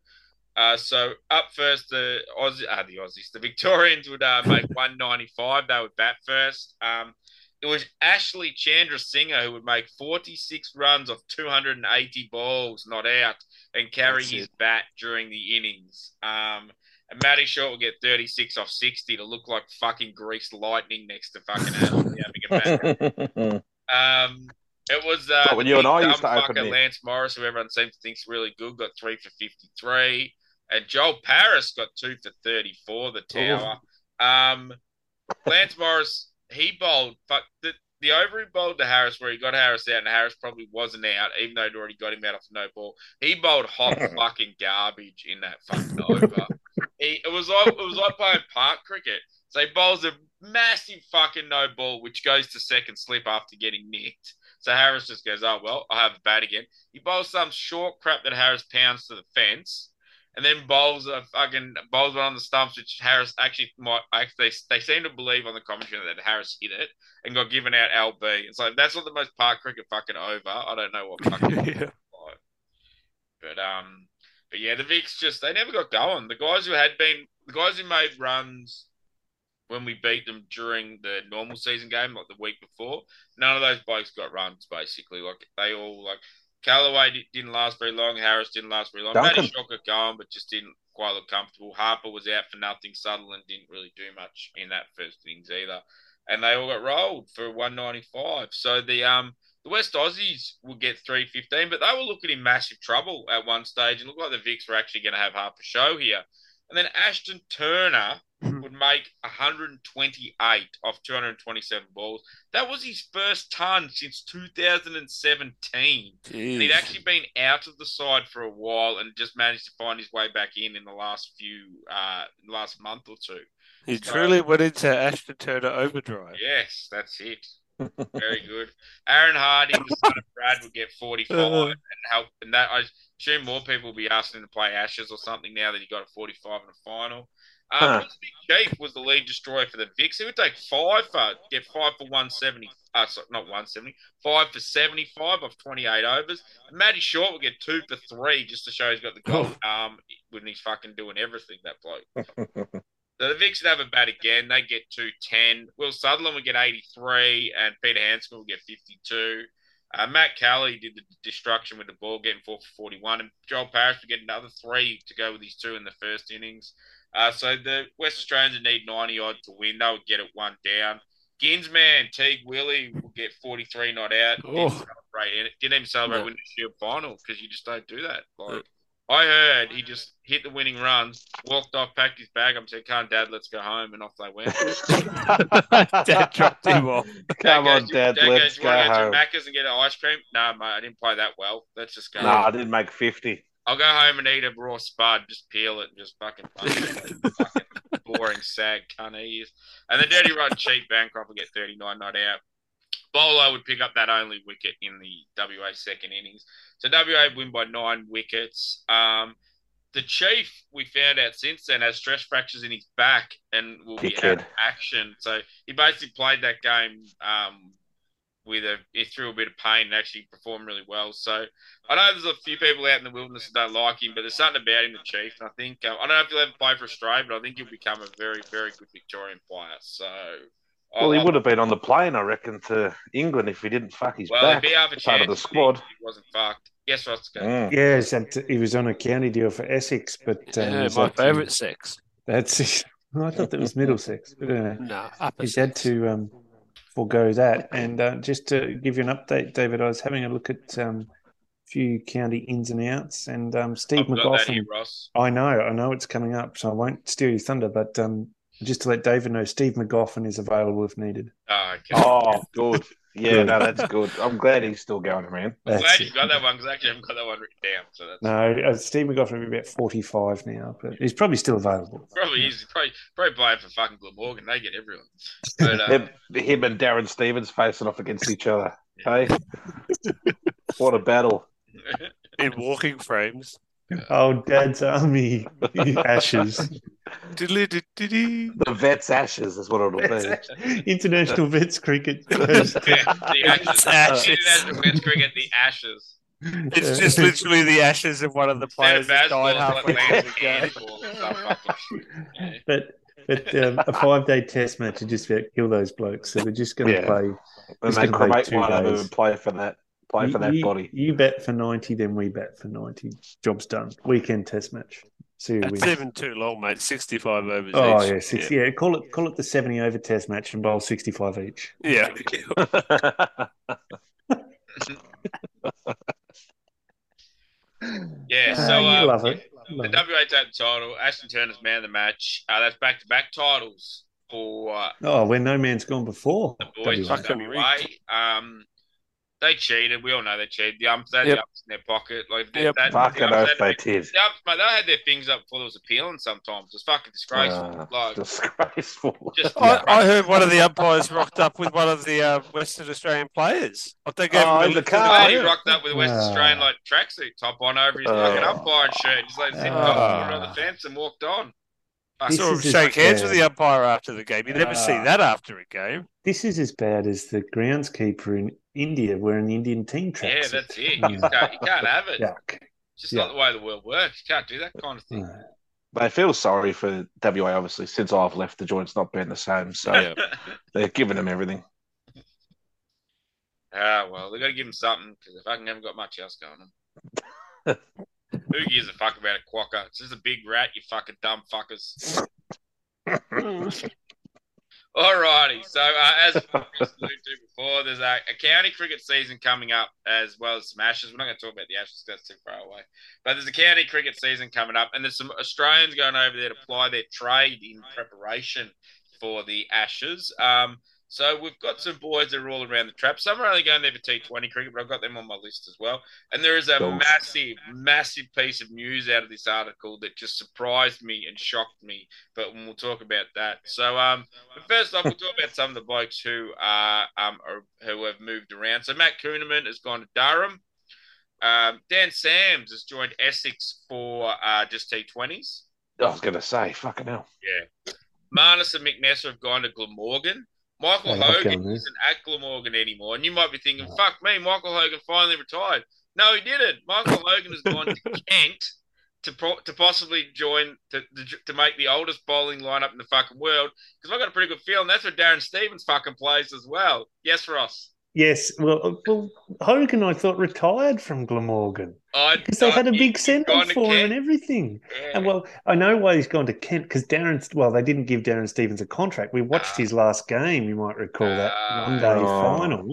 [SPEAKER 1] Uh, so up first, the Aussie, uh, the Aussies, the Victorians would uh, make 195. They would bat first. Um, it was Ashley Chandra Singer who would make 46 runs off 280 balls, not out, and carry
[SPEAKER 3] That's
[SPEAKER 1] his
[SPEAKER 3] it.
[SPEAKER 1] bat during the innings. Um, and Matty Short will get 36 off 60 to look like fucking greased lightning next to fucking Ashley having a bat. Um, it was uh,
[SPEAKER 2] But when you and I used to
[SPEAKER 1] dumb
[SPEAKER 2] open
[SPEAKER 1] fucker
[SPEAKER 2] it.
[SPEAKER 1] Lance Morris, who everyone seems to think's really good, got three for fifty-three, and Joel Paris got two for thirty-four. The tower. Um, Lance Morris he bowled, but the the over he bowled to Harris, where he got Harris out, and Harris probably wasn't out, even though he'd already got him out off no ball. He bowled hot fucking garbage in that fucking over. He, it was like it was like playing park cricket. So he bowls a massive fucking no ball, which goes to second slip after getting nicked. So Harris just goes, "Oh well, I have a bat again." He bowls some short crap that Harris pounds to the fence, and then bowls a fucking bowls one on the stumps, which Harris actually might actually they, they seem to believe on the commentary that Harris hit it and got given out LB. It's like that's not the most park cricket fucking over. I don't know what fucking
[SPEAKER 3] yeah.
[SPEAKER 1] like. But um, but yeah, the Vics just they never got going. The guys who had been the guys who made runs when we beat them during the normal season game, like the week before, none of those blokes got runs. Basically, like they all like Callaway di- didn't last very long. Harris didn't last very long.
[SPEAKER 2] Duncan.
[SPEAKER 1] Matty Shock got going, but just didn't quite look comfortable. Harper was out for nothing. Sutherland didn't really do much in that first innings either, and they all got rolled for one ninety five. So the um. The West Aussies will get 315, but they were looking in massive trouble at one stage and looked like the Vics were actually going to have half a show here. And then Ashton Turner would make 128 off 227 balls. That was his first ton since 2017. And he'd actually been out of the side for a while and just managed to find his way back in in the last few, uh, last month or two.
[SPEAKER 3] He truly went into Ashton Turner overdrive.
[SPEAKER 1] Yes, that's it. Very good. Aaron Harding, the son of Brad, would get 45 and help. And that I assume more people will be asking him to play Ashes or something now that he got a 45 in the final. Um,
[SPEAKER 2] Huh.
[SPEAKER 1] Bruce Big Chief was the lead destroyer for the Vicks. He would take five for get five for 170. Uh, sorry, not 170. Five for 75 of 28 overs. Matty Short would get two for three just to show he's got the golden arm when he's fucking doing everything. That bloke. So the Vicks would have a bat again. They get 210. Will Sutherland would get 83, and Peter Hansen will get 52. Uh, Matt Kelly did the destruction with the ball, getting four for 41. And Joel Parrish would get another three to go with his two in the first innings. Uh, so the West Australians would need 90 odd to win. They would get it one down. Ginsman, Teague Willie will get 43 not out.
[SPEAKER 3] Oh.
[SPEAKER 1] Didn't celebrate, in it. didn't even celebrate
[SPEAKER 3] No.
[SPEAKER 1] winning the Shield final because you just don't do that. Like, I heard he just hit the winning runs, walked off, packed his bag up, and said, "Can't, Dad, let's go home," and off they went.
[SPEAKER 3] Dad dropped him off.
[SPEAKER 2] Come
[SPEAKER 1] Dad
[SPEAKER 2] on,
[SPEAKER 1] goes,
[SPEAKER 2] Dad.
[SPEAKER 1] goes,
[SPEAKER 2] Let's
[SPEAKER 1] "You
[SPEAKER 2] go
[SPEAKER 1] wanna
[SPEAKER 2] home.
[SPEAKER 1] to Macca's and get an ice cream? No, mate, I didn't play that well. Let's just go.
[SPEAKER 2] No, I didn't make 50.
[SPEAKER 1] I'll go home and eat a raw spud. Just peel it and just fucking punch it. Fucking boring sag cunt he is. And the dirty run cheap Bancroft will get 39 not out. Bolo would pick up that only wicket in the WA second innings. So WA win by nine wickets. Um, The chief, we found out since then, has stress fractures in his back and will be out of
[SPEAKER 2] Dickhead.
[SPEAKER 1] action. So he basically played that game um, with a it through a bit of pain and actually performed really well. So I know there's a few people out in the wilderness that don't like him, but there's something about him, the chief. And I think um, I don't know if he'll ever play for Australia, but I think he'll become a very, very good Victorian player. So I-
[SPEAKER 2] Well, he
[SPEAKER 1] I-
[SPEAKER 2] would have been on the plane, I reckon, to England if he didn't fuck his
[SPEAKER 1] Well,
[SPEAKER 2] back.
[SPEAKER 1] he'd be half a
[SPEAKER 2] Part of the
[SPEAKER 1] chance if he-
[SPEAKER 2] squad.
[SPEAKER 1] if He wasn't fucked. Yes, Roscoe.
[SPEAKER 2] Mm.
[SPEAKER 4] Yes, and he was on a county deal for Essex, but um,
[SPEAKER 3] Yeah,
[SPEAKER 4] he's
[SPEAKER 3] my
[SPEAKER 4] had to-
[SPEAKER 3] favourite sex.
[SPEAKER 4] That's I thought that was Middlesex, but anyway,
[SPEAKER 3] No, upper
[SPEAKER 4] he's had
[SPEAKER 3] sex.
[SPEAKER 4] to um, forego that. And uh, just to give you an update, David, I was having a look at um, a few county ins and outs, and um, Steve
[SPEAKER 1] I've got that here,
[SPEAKER 4] McLaughlin.
[SPEAKER 1] Ross.
[SPEAKER 4] I know, I know it's coming up, so I won't steal your thunder, but um, just to let David know, Steve McGoffin is available if needed.
[SPEAKER 1] Oh, okay.
[SPEAKER 2] Oh, good. Yeah,
[SPEAKER 4] Good.
[SPEAKER 2] no, that's good. I'm glad he's still going, man.
[SPEAKER 1] I'm
[SPEAKER 4] That's
[SPEAKER 1] glad you
[SPEAKER 4] it.
[SPEAKER 1] got that one because actually I haven't got that one written down. So that's
[SPEAKER 4] No, uh, Steve McGoffin would be about 45 now, but he's probably still available.
[SPEAKER 1] probably easy. Probably, probably playing for fucking Glamorgan. They get everyone. But, uh,
[SPEAKER 2] Him, him and Darren Stevens facing off against each other. Hey, what a battle!
[SPEAKER 3] in walking frames.
[SPEAKER 4] Oh, Dad's Army Ashes.
[SPEAKER 3] Diddly-diddly.
[SPEAKER 2] The vets' ashes is what it'll be.
[SPEAKER 4] International Vets Cricket.
[SPEAKER 1] yeah, the Ashes.
[SPEAKER 3] It's ashes.
[SPEAKER 1] International men's cricket, the Ashes.
[SPEAKER 3] It's just literally the ashes of one of the
[SPEAKER 1] Instead of
[SPEAKER 3] players that died
[SPEAKER 1] basketball, it's
[SPEAKER 3] halfway
[SPEAKER 1] like lands
[SPEAKER 3] through the game.
[SPEAKER 1] handball or some fucking shit. Yeah.
[SPEAKER 4] but but um, a five day test match would just about kill those blokes. So they're just going to
[SPEAKER 2] Yeah.
[SPEAKER 4] play
[SPEAKER 2] And
[SPEAKER 4] It's
[SPEAKER 2] they
[SPEAKER 4] gonna take
[SPEAKER 2] cremate
[SPEAKER 4] two
[SPEAKER 2] one of them
[SPEAKER 4] days.
[SPEAKER 2] and play for that. Play for
[SPEAKER 4] you,
[SPEAKER 2] that
[SPEAKER 4] you-
[SPEAKER 2] body.
[SPEAKER 4] You bet for ninety, then we bet for ninety. Job's done. Weekend test match. See who
[SPEAKER 3] That's
[SPEAKER 4] wins.
[SPEAKER 3] even too long, mate. Sixty-five overs.
[SPEAKER 4] Oh
[SPEAKER 3] each.
[SPEAKER 4] yeah, six, yeah. Call it call it the seventy over test match and bowl sixty five each.
[SPEAKER 3] yeah. yeah.
[SPEAKER 1] Yeah,
[SPEAKER 4] Ah,
[SPEAKER 1] so
[SPEAKER 4] you
[SPEAKER 1] um,
[SPEAKER 4] love it. Love
[SPEAKER 1] The
[SPEAKER 4] it.
[SPEAKER 1] WA tag title, Ashton Turner's man of the match. Uh, that's back to back titles for uh,
[SPEAKER 4] Oh, where no man's gone before.
[SPEAKER 1] the boys
[SPEAKER 4] WA.
[SPEAKER 1] from
[SPEAKER 3] Fuck. Fucking
[SPEAKER 1] WA. Um, they cheated. We all know they cheated. The umps had
[SPEAKER 3] Yep.
[SPEAKER 1] the umps in their pocket. Like they-
[SPEAKER 3] Yep.
[SPEAKER 1] that,
[SPEAKER 2] Fucking
[SPEAKER 1] the umps had,
[SPEAKER 2] oath they did.
[SPEAKER 1] the umps, mate, they had their things up before there was appealing. Sometimes it's fucking disgraceful.
[SPEAKER 2] Ah,
[SPEAKER 1] like
[SPEAKER 2] disgraceful.
[SPEAKER 1] just
[SPEAKER 3] I, I heard one of the umpires rocked up with one of the uh, Western Australian players. I think gave
[SPEAKER 2] Oh, in
[SPEAKER 3] him a
[SPEAKER 2] the
[SPEAKER 3] lift
[SPEAKER 2] car.
[SPEAKER 1] Mate, he
[SPEAKER 3] in the
[SPEAKER 1] rocked up with a West
[SPEAKER 4] Ah.
[SPEAKER 1] Australian like tracksuit top on over his
[SPEAKER 4] Oh.
[SPEAKER 1] fucking
[SPEAKER 2] Ah.
[SPEAKER 1] umpiring shirt. Just like zipped
[SPEAKER 4] Ah.
[SPEAKER 1] off the corner of the fence and walked on.
[SPEAKER 3] I
[SPEAKER 1] This
[SPEAKER 3] saw him
[SPEAKER 4] is
[SPEAKER 3] shake
[SPEAKER 4] his-
[SPEAKER 3] hands with the umpire after the game. You never see
[SPEAKER 4] Ah.
[SPEAKER 3] that after a game.
[SPEAKER 4] This is as bad as the groundskeeper in India wearing the Indian team tracks.
[SPEAKER 1] Yeah, that's it. You, just can't, you can't have it.
[SPEAKER 4] Yuck.
[SPEAKER 1] It's just
[SPEAKER 4] Yeah.
[SPEAKER 1] not the way the world works. You can't do that kind of thing.
[SPEAKER 2] They feel sorry for WA, obviously, since I've left. The joint's not been the same,
[SPEAKER 4] Oh,
[SPEAKER 2] so
[SPEAKER 4] Mm.
[SPEAKER 2] they're giving them everything.
[SPEAKER 1] Ah, well, they got to give him something because they fucking haven't got much else going on. Who gives a fuck about a quokka? It's just a big rat, you fucking dumb fuckers. Alrighty, so uh, as we alluded to before, there's a, a county cricket season coming up as well as some Ashes. We're not going to talk about the Ashes; 'cause that's too far away. But there's a county cricket season coming up, and there's some Australians going over there to ply their trade in preparation for the Ashes. Um, so we've got some boys that are all around the trap. Some are only going there for T20 cricket, but I've got them on my list as well. And there is a
[SPEAKER 2] Cool.
[SPEAKER 1] massive, massive piece of news out of this article that just surprised me and shocked me. But we'll talk about that. So, um, but first off, we'll talk about some of the blokes who are um are, who have moved around. So Matt Kuhneman has gone to Durham. Um, Dan Sams has joined Essex for uh, just T20s.
[SPEAKER 2] I was going to say, fucking hell.
[SPEAKER 1] Marnus and McNessa have gone to Glamorgan. Michael
[SPEAKER 4] I love
[SPEAKER 1] Hogan
[SPEAKER 4] Glamorgan.
[SPEAKER 1] isn't at Glamorgan anymore. And you might be thinking, fuck me, Michael Hogan finally retired. No, he didn't. Michael Hogan has gone to Kent to pro- to possibly join, to, to, to make the oldest bowling lineup in the fucking world. Because I've got a pretty good feeling that's where Darren Stevens fucking plays as well. Yes, Ross.
[SPEAKER 4] Yes, well, uh, well, Hogan, I thought retired from Glamorgan
[SPEAKER 1] I-
[SPEAKER 4] because they had a
[SPEAKER 1] I-
[SPEAKER 4] big
[SPEAKER 1] he's
[SPEAKER 4] send
[SPEAKER 1] gone
[SPEAKER 4] off
[SPEAKER 1] to
[SPEAKER 4] for him and
[SPEAKER 1] Kent.
[SPEAKER 4] everything.
[SPEAKER 1] Yeah.
[SPEAKER 4] And well, I know why he's gone to Kent because Darren. Well, they didn't give Darren Stevens a contract. We watched
[SPEAKER 1] Ah.
[SPEAKER 4] his last game. You might recall that
[SPEAKER 1] Ah.
[SPEAKER 4] one day
[SPEAKER 2] Oh.
[SPEAKER 4] final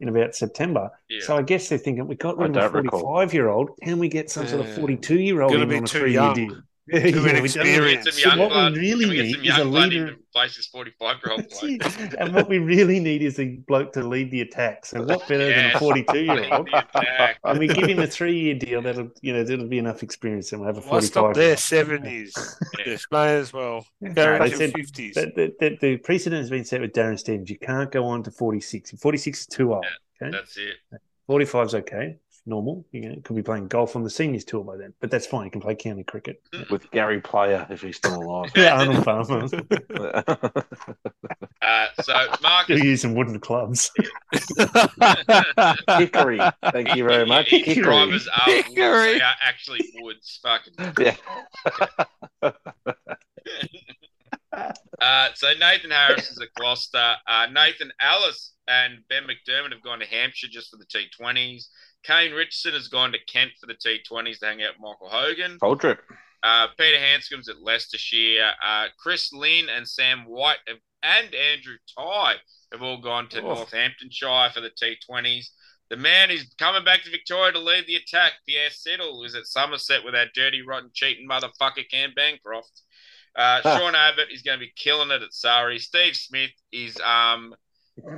[SPEAKER 4] in about September.
[SPEAKER 1] Yeah.
[SPEAKER 4] So I guess they're thinking we got
[SPEAKER 2] I
[SPEAKER 4] rid of a
[SPEAKER 2] don't recall.
[SPEAKER 4] forty-five-year-old. Can we get some sort of
[SPEAKER 3] Yeah.
[SPEAKER 4] forty-two-year-old
[SPEAKER 3] Gonna
[SPEAKER 4] in
[SPEAKER 3] be
[SPEAKER 4] on a
[SPEAKER 3] too
[SPEAKER 4] three-year
[SPEAKER 3] young.
[SPEAKER 4] deal?
[SPEAKER 3] Too
[SPEAKER 4] Yeah, we don't-
[SPEAKER 1] Can we
[SPEAKER 3] inexperienced.
[SPEAKER 1] get some
[SPEAKER 4] So
[SPEAKER 1] young
[SPEAKER 4] what we
[SPEAKER 1] blood-
[SPEAKER 4] really
[SPEAKER 1] can we get
[SPEAKER 4] need
[SPEAKER 1] some
[SPEAKER 4] is a
[SPEAKER 1] young blood in
[SPEAKER 4] leader-
[SPEAKER 1] to replace this 45 year old
[SPEAKER 4] That's
[SPEAKER 1] bloke?
[SPEAKER 4] it. and what we really need is a bloke to lead the attack. So what better than
[SPEAKER 1] Yes.
[SPEAKER 4] a forty-two-year-old?
[SPEAKER 1] Lead the attack.
[SPEAKER 4] and we give him a three-year deal. That'll you know that'll be enough experience, and we'll have a
[SPEAKER 3] Why
[SPEAKER 4] forty-five.
[SPEAKER 3] stop there? Seventies.
[SPEAKER 1] Yeah.
[SPEAKER 3] Yes, may as well.
[SPEAKER 4] No,
[SPEAKER 3] Go
[SPEAKER 4] they
[SPEAKER 3] into
[SPEAKER 4] said
[SPEAKER 3] fifties.
[SPEAKER 4] that, that, that the precedent has been set with Darren Stevens. You can't go on to forty-six. Forty-six is too old. Okay,
[SPEAKER 1] That's it.
[SPEAKER 4] forty-five is okay. normal. You know, could be playing golf on the seniors tour by then, but that's fine. He can play county cricket.
[SPEAKER 2] with Gary Player if he's still alive.
[SPEAKER 4] Yeah, Arnold Palmer.
[SPEAKER 1] Uh, so Marcus,
[SPEAKER 4] He'll use some wooden clubs.
[SPEAKER 2] Hickory, thank you very much.
[SPEAKER 1] His
[SPEAKER 2] Hickory.
[SPEAKER 1] drivers are, woods. They
[SPEAKER 3] Hickory.
[SPEAKER 1] are actually woods. Fucking.
[SPEAKER 2] Yeah.
[SPEAKER 1] Uh, so Nathan Harris is at Gloucester. Uh, Nathan Alice and Ben McDermott have gone to Hampshire just for the T20s. Kane Richardson has gone to Kent for the T20s to hang out with Michael Hogan.
[SPEAKER 2] Cold trip.
[SPEAKER 1] Uh, Peter Hanscom's at Leicestershire. Uh, Chris Lynn and Sam White have, and Andrew Ty have all gone to
[SPEAKER 3] Oh.
[SPEAKER 1] Northamptonshire for the T20s. The man who's coming back to Victoria to lead the attack, Pierre Settle, is at Somerset with that dirty, rotten, cheating motherfucker, Cam Bancroft. Uh,
[SPEAKER 2] Huh.
[SPEAKER 1] Sean Abbott is going to be killing it at Surrey. Steve Smith is um,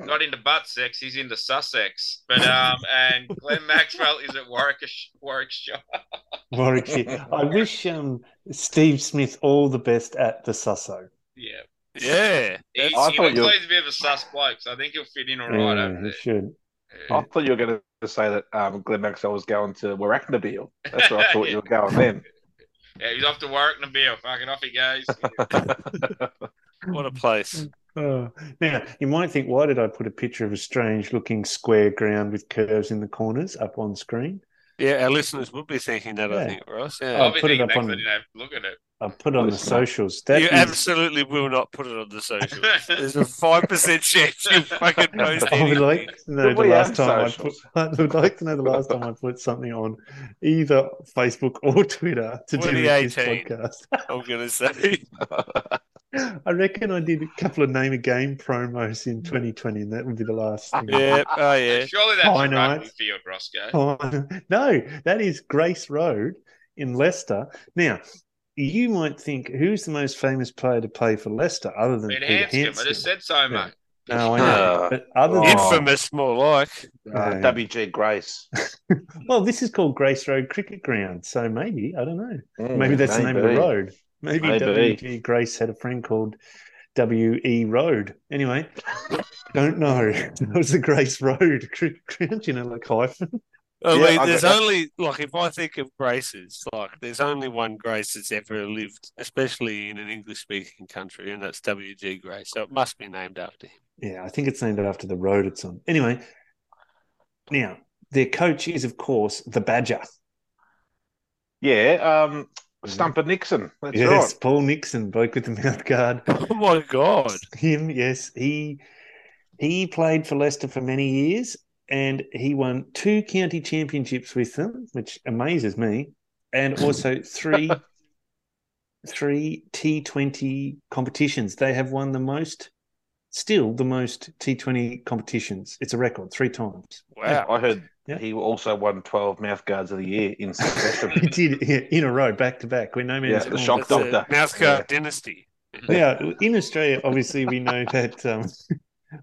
[SPEAKER 1] not into butt sex, he's into Sussex. But um, and Glenn Maxwell is at Warwicksh- Warwickshire.
[SPEAKER 4] Warwickshire. I wish um, Steve Smith all the best at the Susso.
[SPEAKER 1] Yeah.
[SPEAKER 3] yeah.
[SPEAKER 1] He's,
[SPEAKER 2] I
[SPEAKER 1] he
[SPEAKER 2] thought
[SPEAKER 1] looks
[SPEAKER 2] you-
[SPEAKER 1] like he's a bit of a sus bloke, so I think he'll fit in all right
[SPEAKER 4] Yeah,
[SPEAKER 1] over
[SPEAKER 4] he should.
[SPEAKER 2] I
[SPEAKER 1] there.
[SPEAKER 2] thought you were going to say that um, Glenn Maxwell was going to Warraknabil. That's where I thought you were going then.
[SPEAKER 1] Yeah, he's off to work and a beer. Fucking off he goes.
[SPEAKER 3] What a place.
[SPEAKER 4] Oh. Now, you might think, why did I put a picture of a strange looking square ground with curves in the corners up on screen?
[SPEAKER 3] Yeah, our listeners would be thinking that, I
[SPEAKER 4] Yeah. Oh,
[SPEAKER 3] think, Ross.
[SPEAKER 1] I'll
[SPEAKER 3] Yeah.
[SPEAKER 1] be
[SPEAKER 4] put it
[SPEAKER 1] thinking
[SPEAKER 4] up
[SPEAKER 1] thanks
[SPEAKER 4] on-
[SPEAKER 1] I didn't have to look at it.
[SPEAKER 4] I put it on the
[SPEAKER 2] Listen up.
[SPEAKER 4] socials. That
[SPEAKER 3] you
[SPEAKER 4] is-
[SPEAKER 3] absolutely will not put it on the socials. There's a 5% chance you fucking post
[SPEAKER 4] I would
[SPEAKER 3] anything.
[SPEAKER 4] like to know
[SPEAKER 2] But
[SPEAKER 4] the
[SPEAKER 2] we have
[SPEAKER 4] last time I put,
[SPEAKER 2] socials.
[SPEAKER 4] I would like to know the last time I put something on either Facebook or Twitter to do with this
[SPEAKER 3] 2018.
[SPEAKER 4] podcast.
[SPEAKER 3] I'm going to say.
[SPEAKER 4] I reckon I did a couple of name a game promos in 2020, and that would be the last. Thing.
[SPEAKER 3] Yeah. Oh, yeah.
[SPEAKER 1] Surely that's
[SPEAKER 4] Oh, I
[SPEAKER 1] a
[SPEAKER 4] know
[SPEAKER 1] rugby
[SPEAKER 4] it.
[SPEAKER 1] field, Roscoe.
[SPEAKER 4] Oh, no, that is Grace Road in Leicester. Now, you might think, who's the most famous player to play for Leicester other than
[SPEAKER 1] It
[SPEAKER 4] Peter
[SPEAKER 1] hands him. I
[SPEAKER 4] Hanscom?
[SPEAKER 1] just said so, mate.
[SPEAKER 4] No, I know.
[SPEAKER 2] Uh,
[SPEAKER 4] but other than,
[SPEAKER 2] Oh.
[SPEAKER 3] Infamous, more like.
[SPEAKER 2] Uh,
[SPEAKER 4] Yeah.
[SPEAKER 2] WG Grace.
[SPEAKER 4] well, this is called Grace Road Cricket Ground, so maybe I don't know. Maybe
[SPEAKER 2] Mm,
[SPEAKER 4] that's the name of the
[SPEAKER 2] maybe.
[SPEAKER 4] road. Maybe,
[SPEAKER 2] Maybe.
[SPEAKER 4] W.G. Grace had a friend called W.E. Road. Anyway, don't know. That was the Grace Road cricket ground, you know, like hyphen.
[SPEAKER 3] I
[SPEAKER 2] Yeah,
[SPEAKER 3] mean,
[SPEAKER 2] I
[SPEAKER 3] there's
[SPEAKER 2] got-
[SPEAKER 3] only like if I think of Graces, like there's only one Grace that's ever lived, especially in an English-speaking country, and that's W.G. Grace. So it must be named after him.
[SPEAKER 4] Yeah, I think it's named after the road it's on. Anyway, now their coach is, of course, the Badger.
[SPEAKER 2] Yeah, um, Stumper Nixon. That's
[SPEAKER 4] yes,
[SPEAKER 2] right.
[SPEAKER 4] Paul Nixon, bloke with the mouth guard.
[SPEAKER 3] Oh my God!
[SPEAKER 4] Him, yes, he he played for Leicester for many years, and he won two county championships with them, which amazes me, and also three three T Twenty competitions. They have won the most, still the most T Twenty competitions. It's a record, three times.
[SPEAKER 3] Wow.
[SPEAKER 2] I heard
[SPEAKER 4] Yeah.
[SPEAKER 2] he also won 12 mouth guards of the year in succession.
[SPEAKER 4] He did yeah, in a row, back to back, where no man's
[SPEAKER 2] Yeah, the
[SPEAKER 4] gone.
[SPEAKER 2] shock
[SPEAKER 3] That's a
[SPEAKER 2] doctor.
[SPEAKER 3] Mouthguard
[SPEAKER 2] Yeah.
[SPEAKER 3] dynasty.
[SPEAKER 4] Now, in Australia, obviously, we know that um,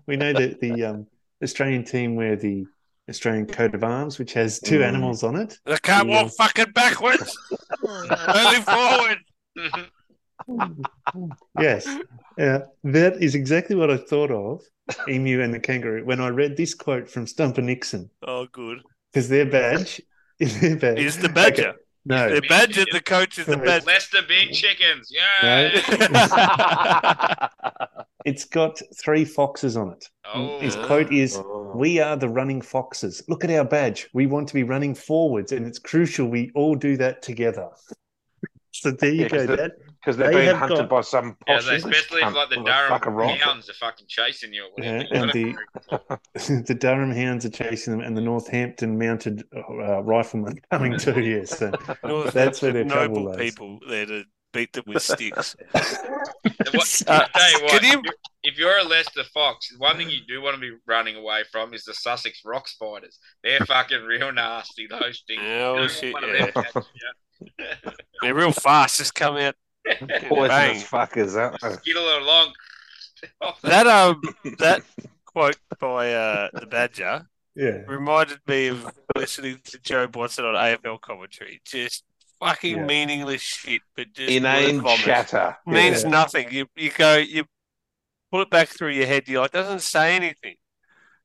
[SPEAKER 4] we know that the um, Australian team wear the Australian coat of arms, which has two
[SPEAKER 2] Mm.
[SPEAKER 4] animals on it.
[SPEAKER 3] They can't
[SPEAKER 4] Yeah.
[SPEAKER 3] walk fucking backwards. Only forward.
[SPEAKER 4] Yes, yeah, that is exactly what I thought of emu and the kangaroo when I read this quote from Stumper Nixon
[SPEAKER 3] Oh, good.
[SPEAKER 4] because their badge is their badge
[SPEAKER 3] Is the badger?
[SPEAKER 4] Okay, no,
[SPEAKER 3] The badger. The coach is the
[SPEAKER 4] Sorry.
[SPEAKER 3] badger.
[SPEAKER 1] Leicester being chickens.
[SPEAKER 4] No.
[SPEAKER 1] Yeah.
[SPEAKER 4] it's got three foxes on it.
[SPEAKER 1] Oh,
[SPEAKER 4] His quote is.
[SPEAKER 2] Oh.
[SPEAKER 4] We are the running foxes. Look at our badge. We want to be running forwards, and it's crucial we all do that together. So there you
[SPEAKER 2] Yeah, 'cause
[SPEAKER 4] go.
[SPEAKER 2] the-
[SPEAKER 4] That
[SPEAKER 2] Because they're
[SPEAKER 4] They
[SPEAKER 2] being
[SPEAKER 4] have
[SPEAKER 2] hunted
[SPEAKER 4] got-
[SPEAKER 2] by some
[SPEAKER 1] yeah,
[SPEAKER 2] posh
[SPEAKER 1] they-
[SPEAKER 2] English
[SPEAKER 1] especially if
[SPEAKER 2] cunt
[SPEAKER 1] like the
[SPEAKER 2] with a fucking
[SPEAKER 1] Durham
[SPEAKER 2] rifle.
[SPEAKER 1] hounds are fucking chasing you or whatever.
[SPEAKER 4] Yeah, and the-
[SPEAKER 1] What a-
[SPEAKER 4] the Durham Hounds are chasing them, and the Northampton Mounted uh, Riflemen coming too. Yes, so
[SPEAKER 3] North
[SPEAKER 4] that's where their trouble
[SPEAKER 3] noble
[SPEAKER 4] lies.
[SPEAKER 3] people there to beat them with sticks.
[SPEAKER 1] What-
[SPEAKER 3] Uh,
[SPEAKER 1] Tell you what,
[SPEAKER 3] can
[SPEAKER 1] if
[SPEAKER 3] you-
[SPEAKER 1] you're- if you're a Leicester Fox, one thing you do want to be running away from is the Sussex rock spiders. They're fucking real nasty. Those things.
[SPEAKER 3] Oh, shit,
[SPEAKER 1] One of
[SPEAKER 3] yeah.
[SPEAKER 1] them catches you.
[SPEAKER 3] They're real fast. Just come out. Bang.
[SPEAKER 2] Poisonous fuckers, aren't they?
[SPEAKER 1] Skittle it along.
[SPEAKER 3] That um that quote by uh the Badger
[SPEAKER 4] yeah,
[SPEAKER 3] reminded me of listening to Joe Watson on AFL commentary. Just fucking
[SPEAKER 4] Yeah.
[SPEAKER 3] meaningless shit, but just
[SPEAKER 2] Inane
[SPEAKER 3] word vomit.
[SPEAKER 2] chatter.
[SPEAKER 3] means
[SPEAKER 4] Yeah.
[SPEAKER 3] nothing. You you go you pull it back through your head. You like doesn't say anything.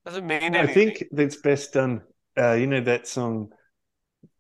[SPEAKER 3] Doesn't mean
[SPEAKER 4] I
[SPEAKER 3] anything.
[SPEAKER 4] think that's best done. Uh, you know that song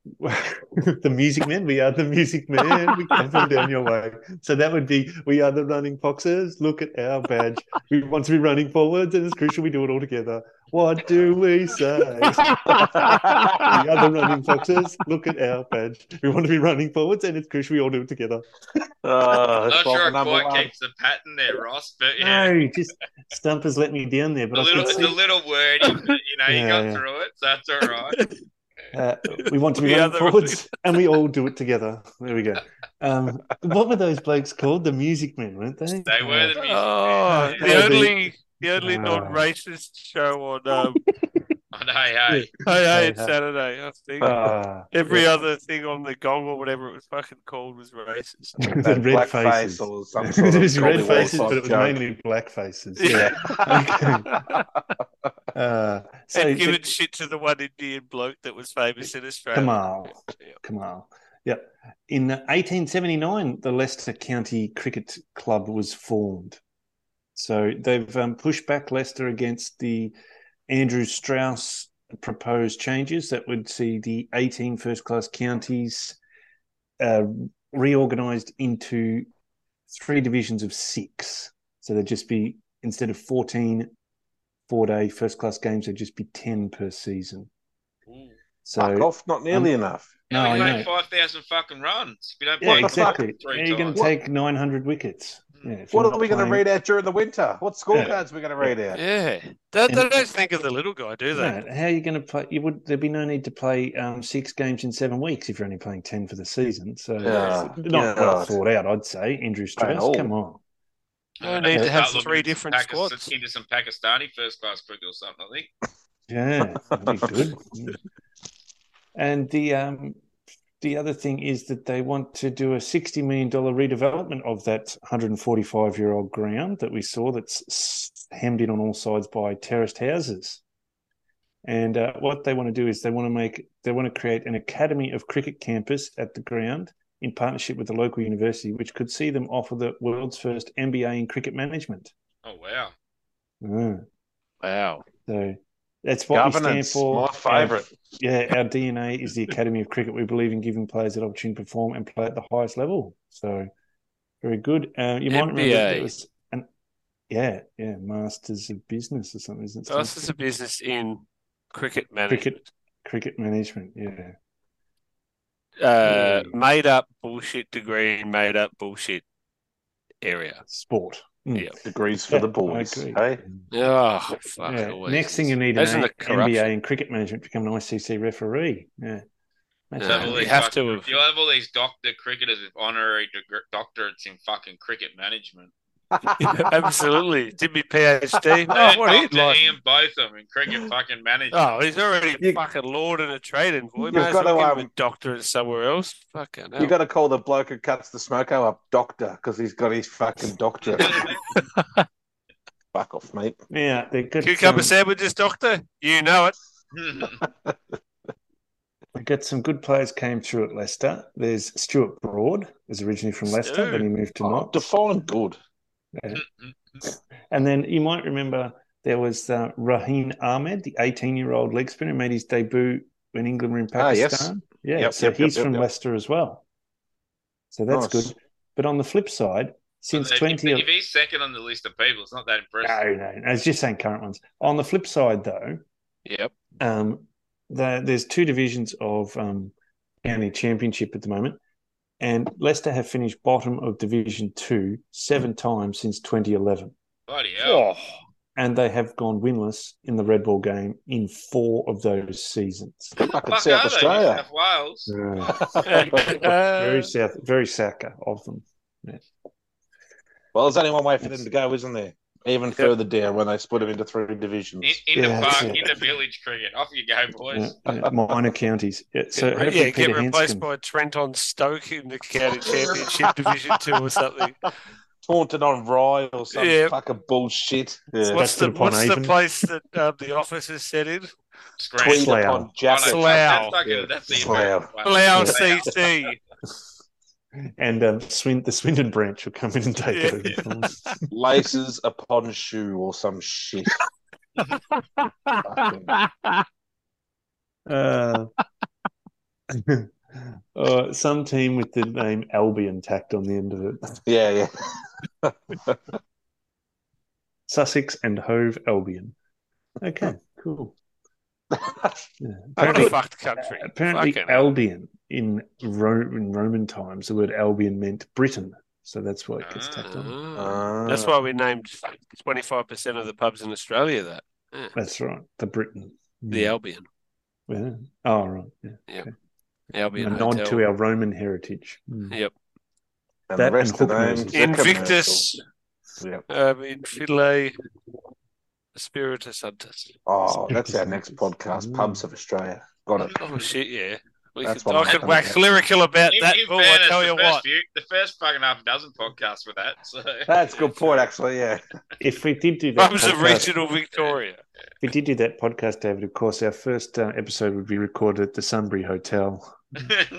[SPEAKER 4] the Music Men. We are the Music Men. We come from down your way. So that would be we are the running foxes. Look at our badge. We want to be running forwards, and it's crucial we do it all together. What do we say? the other running foxes, look at our badge. We want to be running forwards, and it's crucial we all do it together.
[SPEAKER 2] Uh,
[SPEAKER 1] Not
[SPEAKER 2] that's
[SPEAKER 1] sure I
[SPEAKER 2] number
[SPEAKER 1] quite
[SPEAKER 2] one.
[SPEAKER 1] keeps the pattern there, Ross, but yeah.
[SPEAKER 4] No, just Stumpers let me down there, but
[SPEAKER 1] a
[SPEAKER 4] I
[SPEAKER 1] little,
[SPEAKER 4] could
[SPEAKER 1] it's
[SPEAKER 4] see,
[SPEAKER 1] a little wordy, but you know, you
[SPEAKER 4] Yeah,
[SPEAKER 1] got
[SPEAKER 4] yeah.
[SPEAKER 1] through it, so that's all right.
[SPEAKER 4] uh, we want to be
[SPEAKER 3] The
[SPEAKER 4] running
[SPEAKER 3] other-
[SPEAKER 4] forwards, and we all do it together. There we go. Um, what were those blokes called? The Music Men, weren't they?
[SPEAKER 1] They were the music.
[SPEAKER 3] Oh,
[SPEAKER 1] Man.
[SPEAKER 3] the
[SPEAKER 4] Maybe.
[SPEAKER 3] only the only
[SPEAKER 4] Ah.
[SPEAKER 3] non-racist show on um,
[SPEAKER 1] Oh, no, hey,
[SPEAKER 3] Hey Hey,
[SPEAKER 4] Hey,
[SPEAKER 3] it's
[SPEAKER 4] hey.
[SPEAKER 3] Saturday. I think
[SPEAKER 4] Ah,
[SPEAKER 3] Uh, every other thing on the gong or whatever it was fucking called was racist.
[SPEAKER 4] the red faces.
[SPEAKER 2] or some sort of
[SPEAKER 4] There's red
[SPEAKER 2] gollywog
[SPEAKER 4] faces, but
[SPEAKER 2] type
[SPEAKER 4] it was
[SPEAKER 2] joke.
[SPEAKER 4] mainly black faces. Yeah. Uh, so
[SPEAKER 3] and giving shit to the one Indian bloke that was famous in Australia.
[SPEAKER 4] Kamal. Kamal. Yep. In 1879, the Leicester County Cricket Club was formed. So they've um, pushed back Leicester against the Andrew Strauss proposed changes that would see the 18 first class counties uh, reorganized into three divisions of six. So there'd just be, instead of 14 four day first class games, there'd just be 10 per season.
[SPEAKER 1] Ooh.
[SPEAKER 4] So
[SPEAKER 2] Fuck off, not nearly enough.
[SPEAKER 4] No,
[SPEAKER 1] Now we
[SPEAKER 4] I
[SPEAKER 1] make
[SPEAKER 4] know.
[SPEAKER 1] five thousand fucking runs. If you don't play
[SPEAKER 4] Yeah, exactly.
[SPEAKER 1] three
[SPEAKER 4] Yeah, you're going
[SPEAKER 1] times.
[SPEAKER 4] to take 900 wickets.
[SPEAKER 1] Hmm.
[SPEAKER 4] Yeah, if
[SPEAKER 2] What are
[SPEAKER 4] you're not
[SPEAKER 2] we going to
[SPEAKER 4] playing-
[SPEAKER 2] read out during the winter? What scorecards are we going to read out?
[SPEAKER 3] Yeah, they, they
[SPEAKER 4] And-
[SPEAKER 3] don't think of the little guy, do they?
[SPEAKER 4] No, how are you going to play? You would. There'd be no need to play um, six games in seven weeks if you're only playing ten for the season. So
[SPEAKER 2] Yeah.
[SPEAKER 4] it's not well
[SPEAKER 2] God.
[SPEAKER 4] thought out, I'd say. Andrew Strauss,
[SPEAKER 2] all.
[SPEAKER 4] come on.
[SPEAKER 1] I'm
[SPEAKER 3] No
[SPEAKER 1] gonna
[SPEAKER 4] need to
[SPEAKER 1] start
[SPEAKER 3] have
[SPEAKER 1] looking
[SPEAKER 3] three
[SPEAKER 1] into
[SPEAKER 3] different
[SPEAKER 1] Pakis-
[SPEAKER 3] squads.
[SPEAKER 1] Into some Pakistani first class cricket or something, I think.
[SPEAKER 4] Yeah, that'd be good. Mm. and the um, the other thing is that they want to do a sixty million dollar redevelopment of that hundred and forty five year old ground that we saw that's s- hemmed in on all sides by terraced houses. And uh, what they want to do is they want to make they want to create an academy of cricket campus at the ground in partnership with the local university, which could see them offer the world's first MBA in cricket management.
[SPEAKER 1] Oh wow.
[SPEAKER 4] Mm.
[SPEAKER 3] Wow.
[SPEAKER 4] So that's what we stand
[SPEAKER 2] Governance,
[SPEAKER 4] for.
[SPEAKER 2] my favourite.
[SPEAKER 4] Yeah, our DNA is the Academy of Cricket. We believe in giving players that opportunity to perform and play at the highest level. So, very good. Uh, you might remember
[SPEAKER 3] MBA.
[SPEAKER 4] that it was an yeah, yeah, Masters of Business or something, isn't it?
[SPEAKER 3] Us Oh, is a business in cricket management.
[SPEAKER 4] Cricket. Cricket management. Yeah,
[SPEAKER 3] Uh,
[SPEAKER 4] Mm.
[SPEAKER 3] made up bullshit degree in made up bullshit area.
[SPEAKER 4] sport.
[SPEAKER 2] Degrees for
[SPEAKER 4] Yeah,
[SPEAKER 2] the boys.
[SPEAKER 4] I agree.
[SPEAKER 2] Hey,
[SPEAKER 3] Oh, fuck.
[SPEAKER 4] Yeah.
[SPEAKER 3] always
[SPEAKER 4] Next thing you
[SPEAKER 3] is.
[SPEAKER 4] need an
[SPEAKER 3] Isn't
[SPEAKER 4] A-
[SPEAKER 3] it corruption?
[SPEAKER 4] MBA in cricket management to become an ICC referee. Yeah,
[SPEAKER 3] Yeah,
[SPEAKER 4] Imagine
[SPEAKER 1] So
[SPEAKER 3] you
[SPEAKER 1] all
[SPEAKER 4] that.
[SPEAKER 1] these
[SPEAKER 3] have
[SPEAKER 1] fucking-
[SPEAKER 3] to have-
[SPEAKER 1] You'll have all these doctor cricketers with honorary deg- doctorates in fucking cricket management.
[SPEAKER 3] Absolutely. Did me PhD.
[SPEAKER 1] Yeah,
[SPEAKER 3] Oh, what he'd
[SPEAKER 1] Dr.
[SPEAKER 3] like.
[SPEAKER 1] Ian Botham in cricket fucking management.
[SPEAKER 3] Oh, he's already a
[SPEAKER 2] You-
[SPEAKER 3] fucking lord and a trade envoy.
[SPEAKER 2] You've
[SPEAKER 3] Might as
[SPEAKER 2] got
[SPEAKER 3] well
[SPEAKER 2] to,
[SPEAKER 3] give him
[SPEAKER 2] um,
[SPEAKER 3] a doctorate somewhere else. Fucking hell.
[SPEAKER 2] you got to call the bloke who cuts the smoko up Doctor because he's got his fucking doctorate. Fuck off, mate.
[SPEAKER 4] Yeah, they're good.
[SPEAKER 3] Cucumber
[SPEAKER 4] um,
[SPEAKER 3] sandwiches, doctor. You know it. Oh.
[SPEAKER 4] We've got some good players came through at Leicester. There's Stuart Broad, is originally from Leicester,
[SPEAKER 3] Stu.
[SPEAKER 4] then he moved to
[SPEAKER 2] Oh,
[SPEAKER 4] Knox.
[SPEAKER 2] define good.
[SPEAKER 4] and then you might remember there was uh, Raheen Ahmed, the 18 year old leg spinner, who made his debut when England were in
[SPEAKER 2] Ah, yes.
[SPEAKER 4] Pakistan. Yeah,
[SPEAKER 2] Yep,
[SPEAKER 4] so
[SPEAKER 2] yep, yep,
[SPEAKER 4] he's
[SPEAKER 2] yep,
[SPEAKER 4] from
[SPEAKER 2] yep.
[SPEAKER 4] Leicester as well. So that's
[SPEAKER 2] Nice.
[SPEAKER 4] good. But on the flip side, since
[SPEAKER 1] if,
[SPEAKER 4] 20.
[SPEAKER 1] if he's second on the list of people, it's not that
[SPEAKER 4] no,
[SPEAKER 1] impressive.
[SPEAKER 4] no, no, it's just saying current ones. On the flip side, though,
[SPEAKER 3] Yep.
[SPEAKER 4] um, there, there's two divisions of um, county championship at the moment, and Leicester have finished bottom of Division Two seven times since 2011,
[SPEAKER 1] Bloody hell.
[SPEAKER 4] and they have gone winless in the red ball game in four of those seasons.
[SPEAKER 2] Fucking
[SPEAKER 1] Fuck are
[SPEAKER 2] South
[SPEAKER 1] they? New
[SPEAKER 2] Australia.
[SPEAKER 1] South Wales.
[SPEAKER 4] very
[SPEAKER 3] Uh,
[SPEAKER 4] south, very Saka of them.
[SPEAKER 2] well, there's only one way for them to go, isn't there? Even further down when they split them into three
[SPEAKER 1] In,
[SPEAKER 2] divisions.
[SPEAKER 1] in
[SPEAKER 4] Yeah,
[SPEAKER 1] the
[SPEAKER 4] that's
[SPEAKER 1] park,
[SPEAKER 4] it.
[SPEAKER 1] in the village cricket. Off you go, boys.
[SPEAKER 4] Yeah, yeah, minor counties. Yeah, so
[SPEAKER 3] yeah,
[SPEAKER 4] hopefully
[SPEAKER 3] get
[SPEAKER 4] Peter
[SPEAKER 3] replaced
[SPEAKER 4] Hanscom-
[SPEAKER 3] by Trent on Stoke in the county championship division two or something.
[SPEAKER 2] Taunted on Rye or some
[SPEAKER 3] Yeah.
[SPEAKER 2] fucking bullshit. Yeah.
[SPEAKER 3] What's
[SPEAKER 4] That's
[SPEAKER 3] the
[SPEAKER 4] upon
[SPEAKER 3] what's the
[SPEAKER 4] Avon.
[SPEAKER 3] place that um, the office is set in?
[SPEAKER 1] Scram.
[SPEAKER 4] Tweed. Slough.
[SPEAKER 2] upon Jackal.
[SPEAKER 1] Oh, no,
[SPEAKER 3] Slough.
[SPEAKER 1] That's, fucking- that's the
[SPEAKER 2] Slough.
[SPEAKER 1] American one.
[SPEAKER 3] Blau CC.
[SPEAKER 4] and um, Swin- the Swindon branch will come in and take
[SPEAKER 3] Yeah.
[SPEAKER 4] it over.
[SPEAKER 2] Laces upon shoe or some shit. Fucking-
[SPEAKER 4] Uh, Uh, some team with the name Albion tacked on the end of it.
[SPEAKER 2] Yeah, yeah.
[SPEAKER 4] Sussex and Hove Albion. Okay, cool.
[SPEAKER 3] Hmm.
[SPEAKER 4] Yeah.
[SPEAKER 3] What
[SPEAKER 4] Apparently,
[SPEAKER 3] a fucked country.
[SPEAKER 4] apparently
[SPEAKER 3] Fucking hell.
[SPEAKER 4] Albion in, Ro- in Roman times, the word Albion meant Britain. So that's why it gets tacked on.
[SPEAKER 3] Ah.
[SPEAKER 2] Uh,
[SPEAKER 3] That's why we named 25% of the pubs in Australia that. Yeah.
[SPEAKER 4] That's right. The Britain.
[SPEAKER 3] The Albion.
[SPEAKER 4] Yeah. Oh, right. Yeah.
[SPEAKER 3] The Albion
[SPEAKER 4] A nod
[SPEAKER 3] Hotel.
[SPEAKER 4] to our Roman heritage. Mm.
[SPEAKER 3] Yep.
[SPEAKER 2] and
[SPEAKER 4] that
[SPEAKER 2] the rest
[SPEAKER 4] and
[SPEAKER 2] of the names
[SPEAKER 4] Hookmasters.
[SPEAKER 2] are
[SPEAKER 3] Invictus,
[SPEAKER 2] commercial. Yep.
[SPEAKER 3] um, in Filet, Spiritus Santus.
[SPEAKER 2] Oh, that's our next
[SPEAKER 4] Invictus.
[SPEAKER 2] podcast,
[SPEAKER 4] Mm.
[SPEAKER 2] Pubs of Australia. Got it.
[SPEAKER 3] Oh, shit, yeah. We
[SPEAKER 2] That's
[SPEAKER 3] could,
[SPEAKER 2] what
[SPEAKER 3] I could
[SPEAKER 2] happened.
[SPEAKER 3] wax lyrical about
[SPEAKER 1] In-
[SPEAKER 3] that.
[SPEAKER 1] in
[SPEAKER 3] Oh, I
[SPEAKER 1] fairness,
[SPEAKER 3] tell
[SPEAKER 1] the
[SPEAKER 3] you
[SPEAKER 1] first
[SPEAKER 3] what.
[SPEAKER 1] few- the first fucking half dozen podcasts were that. So
[SPEAKER 2] That's a good point, actually. Yeah.
[SPEAKER 4] If we did do that,
[SPEAKER 3] Pubs of
[SPEAKER 4] podcast-
[SPEAKER 3] regional Victoria.
[SPEAKER 4] if we did do that podcast, David, of course, our first uh, episode would be recorded at the Sunbury Hotel.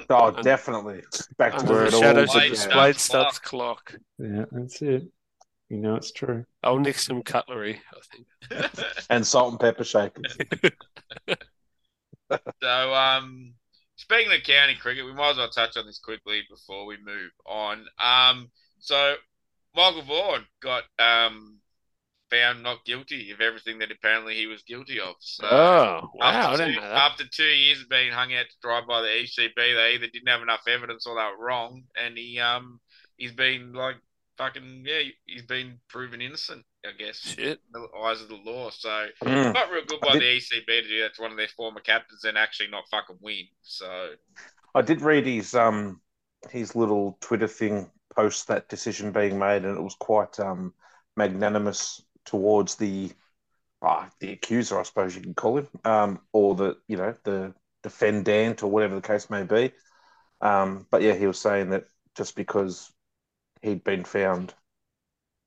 [SPEAKER 2] Oh,
[SPEAKER 3] Under-
[SPEAKER 2] definitely. Back to where
[SPEAKER 3] Under
[SPEAKER 2] it
[SPEAKER 3] the
[SPEAKER 2] all
[SPEAKER 3] Oh, shadows of the
[SPEAKER 1] began.
[SPEAKER 2] began.
[SPEAKER 3] Spade Stubbs clock.
[SPEAKER 4] Yeah, that's it. You know, it's true.
[SPEAKER 3] I'll nick some cutlery, I think.
[SPEAKER 2] and salt and pepper shakers.
[SPEAKER 1] so, um, speaking of county cricket, we might as well touch on this quickly before we move on. Um, so Michael Vaughan got um found not guilty of everything that apparently he was guilty of. So.
[SPEAKER 3] Oh, wow. I
[SPEAKER 1] After,
[SPEAKER 3] didn't
[SPEAKER 1] two,
[SPEAKER 3] know that.
[SPEAKER 1] after two years of being hung out to dry by the ECB, they either didn't have enough evidence or they were wrong, and he um he's been like fucking yeah he's been proven innocent, I guess,
[SPEAKER 3] Shit.
[SPEAKER 1] in the eyes of the law. So
[SPEAKER 2] Mm.
[SPEAKER 1] not real good by the ECB to do that to one of their former captains and actually not fucking win. So
[SPEAKER 2] I did read his um his little Twitter thing post that decision being made, and it was quite um magnanimous towards the ah, the accuser, I suppose you can call him, um, or the you know the defendant or whatever the case may be. Um, but yeah, he was saying that just because he'd been found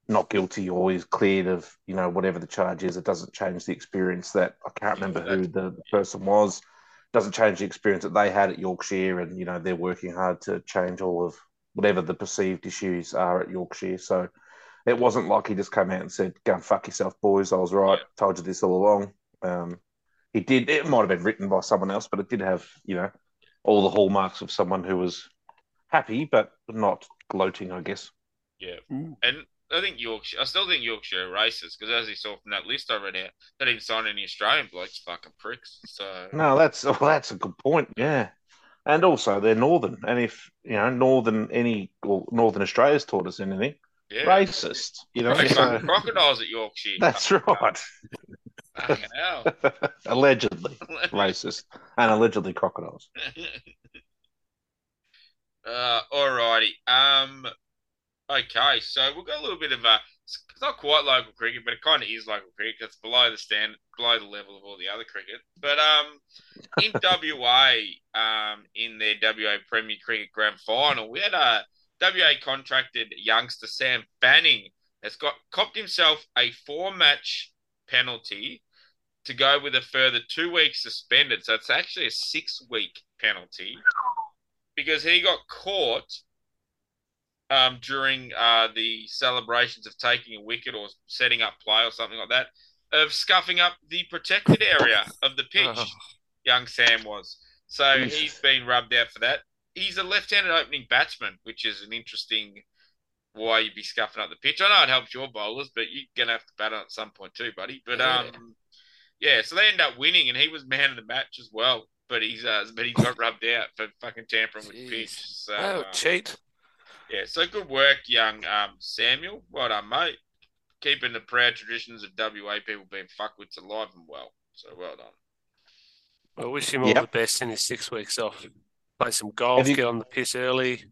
[SPEAKER 2] not guilty or he's cleared of you know whatever the charge is, it doesn't change the experience that I can't remember who the, the person was doesn't change the experience that they had at Yorkshire, and you know they're working hard to change all of whatever the perceived issues are at Yorkshire. So it wasn't like he just came out and said, "Go and fuck yourself, boys. I was right. Told you this all along." Um, he did. It might have been written by someone else, but it did have you know all the hallmarks of someone who was happy but not gloating, I guess.
[SPEAKER 1] yeah,
[SPEAKER 3] Mm.
[SPEAKER 1] and I think Yorkshire. I still think Yorkshire are racist because as you saw from that list I read out, they didn't sign any Australian blokes, fucking pricks. So
[SPEAKER 2] No, that's oh, that's a good point. Yeah, and also they're northern, and if you know northern any well, northern Australia's taught us anything.
[SPEAKER 1] yeah.
[SPEAKER 2] racist. You know,
[SPEAKER 1] They
[SPEAKER 2] so-
[SPEAKER 1] fucking crocodiles at Yorkshire.
[SPEAKER 2] that's right.
[SPEAKER 1] Fucking hell.
[SPEAKER 2] allegedly racist and allegedly crocodiles.
[SPEAKER 1] uh, alrighty. Um, okay, so we've got a little bit of a. It's not quite local cricket, but it kind of is local cricket. 'cause It's below the stand, below the level of all the other cricket. But um, in WA, um, in their WA Premier Cricket Grand Final, we had a WA contracted youngster Sam Banning has got copped himself a four-match penalty to go with a further two weeks suspended. So it's actually a six week penalty because he got caught um, during uh, the celebrations of taking a wicket or setting up play or something like that, of scuffing up the protected area of the pitch.
[SPEAKER 3] Oh.
[SPEAKER 1] Young Sam was. So
[SPEAKER 3] Hmm.
[SPEAKER 2] Jesus.
[SPEAKER 1] he's been rubbed out for that. He's a left handed opening batsman, which is an interesting why you'd be scuffing up the pitch. I know it helps your bowlers, but you're gonna have to bat on at some point too, buddy. But
[SPEAKER 3] Yeah.
[SPEAKER 1] um, yeah. So they end up winning, and he was man of the match as well. But he's uh, but he got rubbed out for fucking tampering with
[SPEAKER 3] Jeez.
[SPEAKER 1] pitch. So
[SPEAKER 3] Oh,
[SPEAKER 1] uh,
[SPEAKER 3] cheat.
[SPEAKER 1] yeah, so good work, young um Samuel. Well done, mate. Keeping the proud traditions of WA people being fuckwits alive and well. So well done.
[SPEAKER 3] I wish him all
[SPEAKER 2] Yep.
[SPEAKER 3] the best in his six weeks off. Play some golf,
[SPEAKER 2] Have you-
[SPEAKER 3] get on the piss early.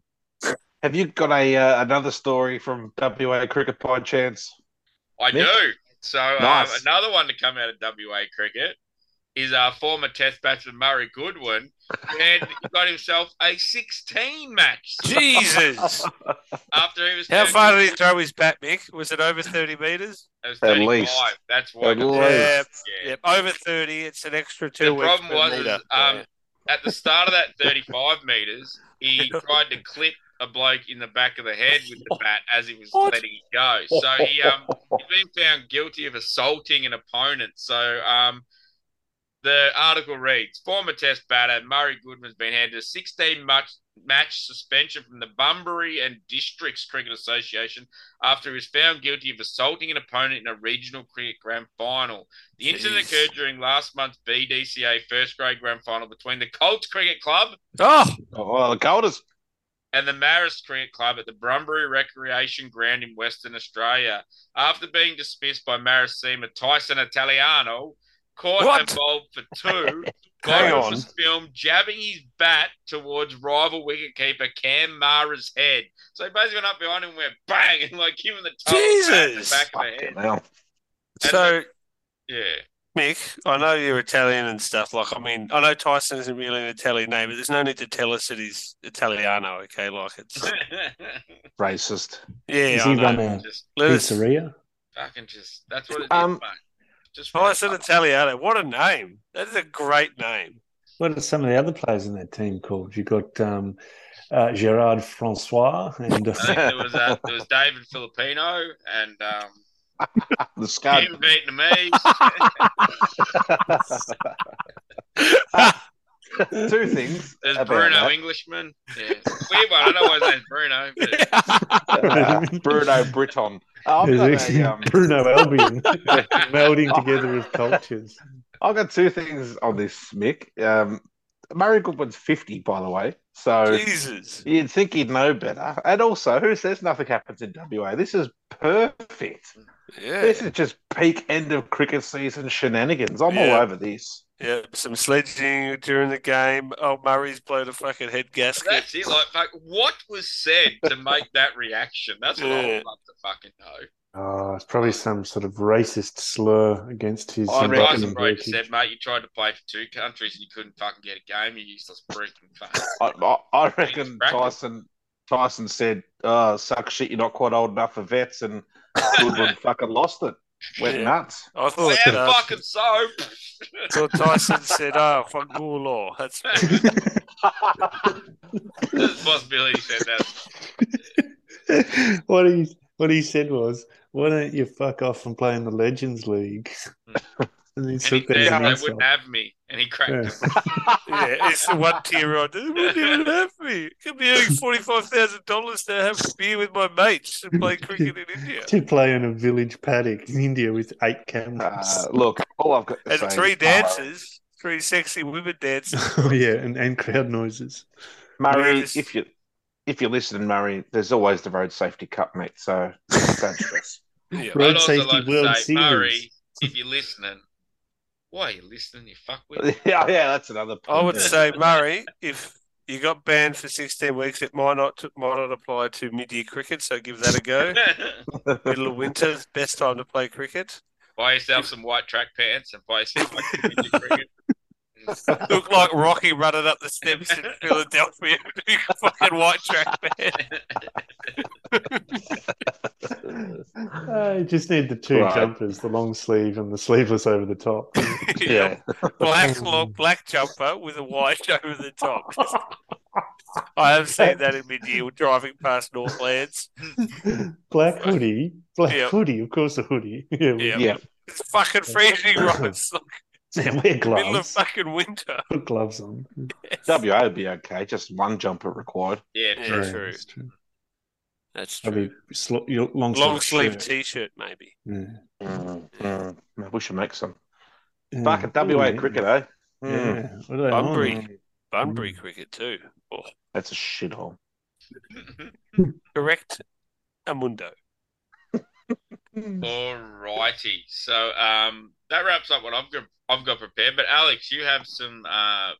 [SPEAKER 2] Have you got a uh, another story from WA cricket by chance?
[SPEAKER 1] I
[SPEAKER 2] Nick?
[SPEAKER 1] do. So um,
[SPEAKER 2] Nice.
[SPEAKER 1] another one to come out of WA cricket is our former Test batsman Murray Goodwin, and he got himself a 16 match
[SPEAKER 3] Jesus!
[SPEAKER 1] after he was
[SPEAKER 3] How
[SPEAKER 1] 30
[SPEAKER 3] far did he throw his bat, Mick? Was it over 30 metres?
[SPEAKER 1] It was
[SPEAKER 2] At
[SPEAKER 1] 35.
[SPEAKER 2] least.
[SPEAKER 1] That's why.
[SPEAKER 2] At
[SPEAKER 1] Yeah.
[SPEAKER 2] least.
[SPEAKER 3] Yeah, Yep, over 30. It's an extra two
[SPEAKER 1] The
[SPEAKER 3] weeks
[SPEAKER 1] problem
[SPEAKER 3] per
[SPEAKER 1] was is,
[SPEAKER 3] metre.
[SPEAKER 1] um,
[SPEAKER 3] Yeah.
[SPEAKER 1] At the start of that 35 meters, he tried to clip a bloke in the back of the head with the bat as he was
[SPEAKER 3] What?
[SPEAKER 1] letting it go. So he um he's been found guilty of assaulting an opponent. So um The article reads: Former Test batter Murray Goodman's been handed a 16 match, match suspension from the Bunbury and Districts Cricket Association after he was found guilty of assaulting an opponent in a regional cricket grand final. The incident
[SPEAKER 3] Jeez.
[SPEAKER 1] occurred during last month's BDCA first grade grand final between the Colts Cricket Club
[SPEAKER 3] Oh,
[SPEAKER 2] Oh, the coldest.
[SPEAKER 1] and the Marist Cricket Club at the Brumbury Recreation Ground in Western Australia. After being dismissed by Marist seamer Tyson Italiano, caught
[SPEAKER 3] What?
[SPEAKER 1] and bowled for two,
[SPEAKER 3] Hang
[SPEAKER 1] Gold
[SPEAKER 3] on.
[SPEAKER 1] was filmed jabbing his bat towards rival wicketkeeper Cam Mara's head. So he basically went up behind him and went bang and like gave him the toe in the
[SPEAKER 3] Jesus.
[SPEAKER 1] back of the
[SPEAKER 2] Fucking
[SPEAKER 1] head.
[SPEAKER 2] hell.
[SPEAKER 3] so
[SPEAKER 1] Yeah.
[SPEAKER 3] Mick, I know you're Italian and stuff. Like, I mean, I know Tyson isn't really an Italian name, but there's no need to tell us that he's Italiano. Okay, like it's
[SPEAKER 2] Racist.
[SPEAKER 3] yeah,
[SPEAKER 4] Is
[SPEAKER 3] I
[SPEAKER 4] he
[SPEAKER 3] know.
[SPEAKER 4] run a
[SPEAKER 1] just
[SPEAKER 3] Let us-
[SPEAKER 4] pizzeria?
[SPEAKER 1] fucking just that's what it is,
[SPEAKER 2] Um,
[SPEAKER 1] mate. Just
[SPEAKER 3] Tyson Italiano. What a name! That is a great name.
[SPEAKER 4] What are some of the other players in that team called? You got um, uh, Gerard Francois and
[SPEAKER 1] I think there was uh, there was David Filipino and um,
[SPEAKER 2] The scar.
[SPEAKER 1] Jim Vietnamese.
[SPEAKER 2] Two things.
[SPEAKER 1] There's
[SPEAKER 2] about
[SPEAKER 1] Bruno
[SPEAKER 2] that.
[SPEAKER 1] Englishman. Yeah. Weird one. I don't know why his name's Bruno. But
[SPEAKER 2] Uh, Bruno Britton. Oh, I've, got a, um,
[SPEAKER 4] Bruno Albion melding together with cultures.
[SPEAKER 2] I've got two things on this, Mick. Um, Murray Goodwin's 50, by the way.
[SPEAKER 4] Oh.
[SPEAKER 2] So
[SPEAKER 3] Jesus.
[SPEAKER 2] you'd think he'd know better. And also, who says nothing happens in WA? This is perfect.
[SPEAKER 3] Yeah.
[SPEAKER 2] This is just peak end of cricket season shenanigans. I'm
[SPEAKER 3] Yeah.
[SPEAKER 2] all over this.
[SPEAKER 3] Yeah. Some sledging during the game. Oh, Murray's blew the fucking head gasket.
[SPEAKER 1] that's it. Like, fuck, what was said to make that reaction? That's what I
[SPEAKER 3] Yeah.
[SPEAKER 1] would love to fucking know.
[SPEAKER 4] Oh, it's probably some sort of racist slur against his.
[SPEAKER 2] I
[SPEAKER 1] Oh, I
[SPEAKER 2] reckon-
[SPEAKER 1] reckon
[SPEAKER 4] Zimbabwean
[SPEAKER 1] Tyson Brody said,
[SPEAKER 4] heritage.
[SPEAKER 1] mate, you tried to play for two countries and you couldn't fucking get a game, you useless freaking fuck.
[SPEAKER 2] I, I, I reckon
[SPEAKER 1] Practice.
[SPEAKER 2] Tyson Tyson said, oh, suck shit, you're not quite old enough for vets. And Goodwin fucking lost it. Went
[SPEAKER 3] Yeah.
[SPEAKER 2] nuts.
[SPEAKER 3] I
[SPEAKER 1] Oh,
[SPEAKER 3] thought,
[SPEAKER 1] yeah,
[SPEAKER 3] uh,
[SPEAKER 1] fucking so.
[SPEAKER 3] thought Tyson said, "Oh, fuck law." That's
[SPEAKER 1] There's a possibility he said that.
[SPEAKER 4] what he what he said was, "Why don't you fuck off and play in the Legends League?" and he
[SPEAKER 1] Hmm. And he
[SPEAKER 4] took that as
[SPEAKER 1] said
[SPEAKER 4] an
[SPEAKER 1] they
[SPEAKER 4] insult.
[SPEAKER 1] wouldn't have me. And he cracked
[SPEAKER 4] Yeah.
[SPEAKER 1] him.
[SPEAKER 3] yeah. It's the one tear on. It wouldn't even have me. Could be earning forty-five thousand dollars to have a beer with my mates and play cricket in India.
[SPEAKER 4] To play in a village paddock in India with eight cameras.
[SPEAKER 1] Ah.
[SPEAKER 2] Uh, look, all I've got to
[SPEAKER 3] and
[SPEAKER 2] say
[SPEAKER 3] three
[SPEAKER 2] is Murray-
[SPEAKER 3] dancers, three sexy women dancers.
[SPEAKER 4] oh yeah, and, and crowd noises.
[SPEAKER 2] Murray,
[SPEAKER 3] Yes.
[SPEAKER 2] if you if you're listening, Murray, there's always the road safety cup, mate. So don't stress.
[SPEAKER 3] Yeah.
[SPEAKER 4] Road
[SPEAKER 1] I'd also
[SPEAKER 4] safety
[SPEAKER 1] like to
[SPEAKER 4] World
[SPEAKER 1] say,
[SPEAKER 4] Series.
[SPEAKER 1] Murray, if you're listening, why are you listening, you fuckwit?
[SPEAKER 2] yeah, yeah, that's another. Point.
[SPEAKER 3] I would
[SPEAKER 2] yeah.
[SPEAKER 3] say Murray, if you got banned for sixteen weeks, it might not might not apply to mid-year cricket. So give that a go. Middle of winter, is best time to play cricket.
[SPEAKER 1] Buy yourself some white track pants and buy yourself a community cricket.
[SPEAKER 3] Look like Rocky running up the steps in Philadelphia, in fucking white track man.
[SPEAKER 4] I just need the two
[SPEAKER 2] Right.
[SPEAKER 4] jumpers, the long sleeve and the sleeveless over the top.
[SPEAKER 2] yeah.
[SPEAKER 3] black long black jumper with a white over the top. I have seen that in mid-year driving past Northlands.
[SPEAKER 4] Black hoodie, black
[SPEAKER 3] Yep.
[SPEAKER 4] hoodie, of course a hoodie. Yeah, we-
[SPEAKER 3] Yeah.
[SPEAKER 2] yeah.
[SPEAKER 3] It's fucking freezing, right? It's like
[SPEAKER 4] yeah wear
[SPEAKER 3] middle of
[SPEAKER 4] gloves.
[SPEAKER 3] fucking winter.
[SPEAKER 4] Put gloves on.
[SPEAKER 2] WA would be okay. Just one jumper required.
[SPEAKER 1] Yeah,
[SPEAKER 3] Yeah.
[SPEAKER 1] true.
[SPEAKER 3] true.
[SPEAKER 4] that's true.
[SPEAKER 3] That's true.
[SPEAKER 4] Probably sl- your long sleeve.
[SPEAKER 3] Long sleeve
[SPEAKER 4] shirt.
[SPEAKER 3] t-shirt, maybe.
[SPEAKER 4] Yeah.
[SPEAKER 2] Mm, mm. Maybe We should make some.
[SPEAKER 4] Yeah.
[SPEAKER 2] Fucking
[SPEAKER 4] Ooh,
[SPEAKER 2] WA
[SPEAKER 4] yeah.
[SPEAKER 2] cricket, eh? Mm.
[SPEAKER 4] Yeah. What are they on?
[SPEAKER 3] Bunbury, Bunbury
[SPEAKER 4] Mm.
[SPEAKER 3] cricket too. Oh,
[SPEAKER 2] That's a shithole.
[SPEAKER 3] correct, Amundo.
[SPEAKER 1] Mm. Alrighty. So um, that wraps up what I've got. I've got prepared. But Alex, you have some uh,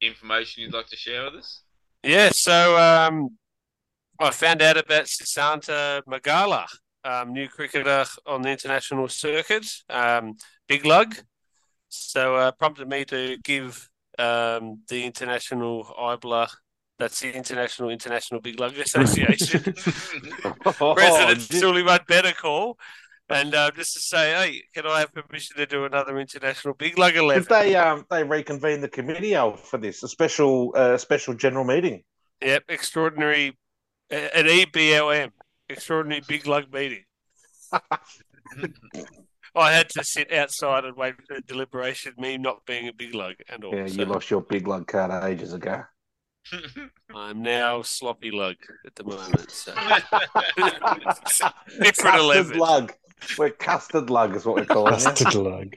[SPEAKER 1] information you'd like to share with us.
[SPEAKER 3] Yeah, so um, I found out about Sisanta Magala, um, new cricketer on the international circuit, um, big lug. So uh, prompted me to give um, the international IBLA, that's the International International Big Lug Association,
[SPEAKER 2] Oh,
[SPEAKER 3] President Suleiman Better call. And uh, just to say, hey, can I have permission to do another international big lug
[SPEAKER 2] If
[SPEAKER 3] 11?
[SPEAKER 2] they um they reconvene the committee oh, for this a special uh, special general meeting.
[SPEAKER 3] Yep, extraordinary, uh, an EBLM, extraordinary big lug meeting. I had to sit outside and wait for the deliberation, me not being a big lug and all.
[SPEAKER 2] Yeah,
[SPEAKER 3] So
[SPEAKER 2] you lost your big lug card ages ago.
[SPEAKER 3] I'm now sloppy lug at the moment. So different
[SPEAKER 2] Custard
[SPEAKER 3] eleven.
[SPEAKER 2] lug. We're custard lug is what we're calling it.
[SPEAKER 4] Custard lug.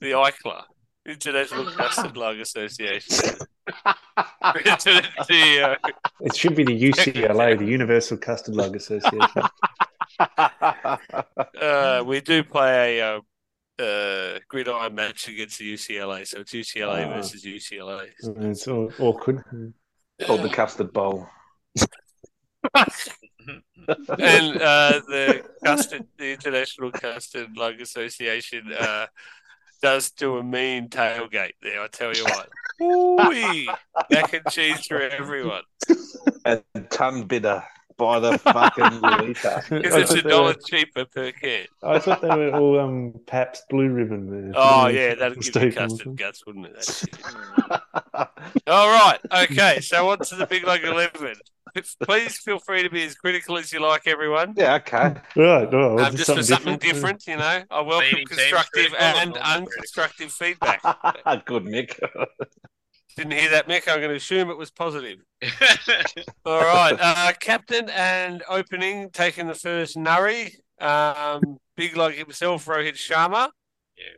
[SPEAKER 3] The ICLA, International Custard Lug Association. the, the, uh,
[SPEAKER 4] It should be the UCLA, the Universal Custard Lug Association.
[SPEAKER 3] uh, we do play a uh, uh, gridiron match against the UCLA, so it's UCLA
[SPEAKER 4] Ah.
[SPEAKER 3] versus UCLA.
[SPEAKER 4] it's all awkward.
[SPEAKER 2] Called the custard bowl.
[SPEAKER 3] and uh, the custard, the International Custard Lung Association uh, does do a mean tailgate there. I tell you what, Ooh-wee. mac and cheese for everyone.
[SPEAKER 2] A ton bidder by the fucking liter.
[SPEAKER 3] Because it's a dollar cheaper per can.
[SPEAKER 4] I thought they were all um, Pabst Blue Ribbon.
[SPEAKER 3] Oh yeah, that'd give you
[SPEAKER 4] Steve
[SPEAKER 3] custard
[SPEAKER 4] Wilson.
[SPEAKER 3] guts, wouldn't it? That's it. All right, okay. So on to the Big Lug Eleven. Please feel free to be as critical as you like, everyone.
[SPEAKER 2] yeah, okay.
[SPEAKER 4] Right. Oh,
[SPEAKER 3] Um, just for something different, you know. I welcome
[SPEAKER 1] Leading teams
[SPEAKER 3] constructive
[SPEAKER 1] critical and
[SPEAKER 3] and
[SPEAKER 1] non-critical.
[SPEAKER 3] unconstructive feedback.
[SPEAKER 2] Good, Nick.
[SPEAKER 3] Didn't hear that, Mick. I'm going to assume it was positive. All right. Uh, captain and opening taking the first Nurry. Um, big like himself, Rohit Sharma.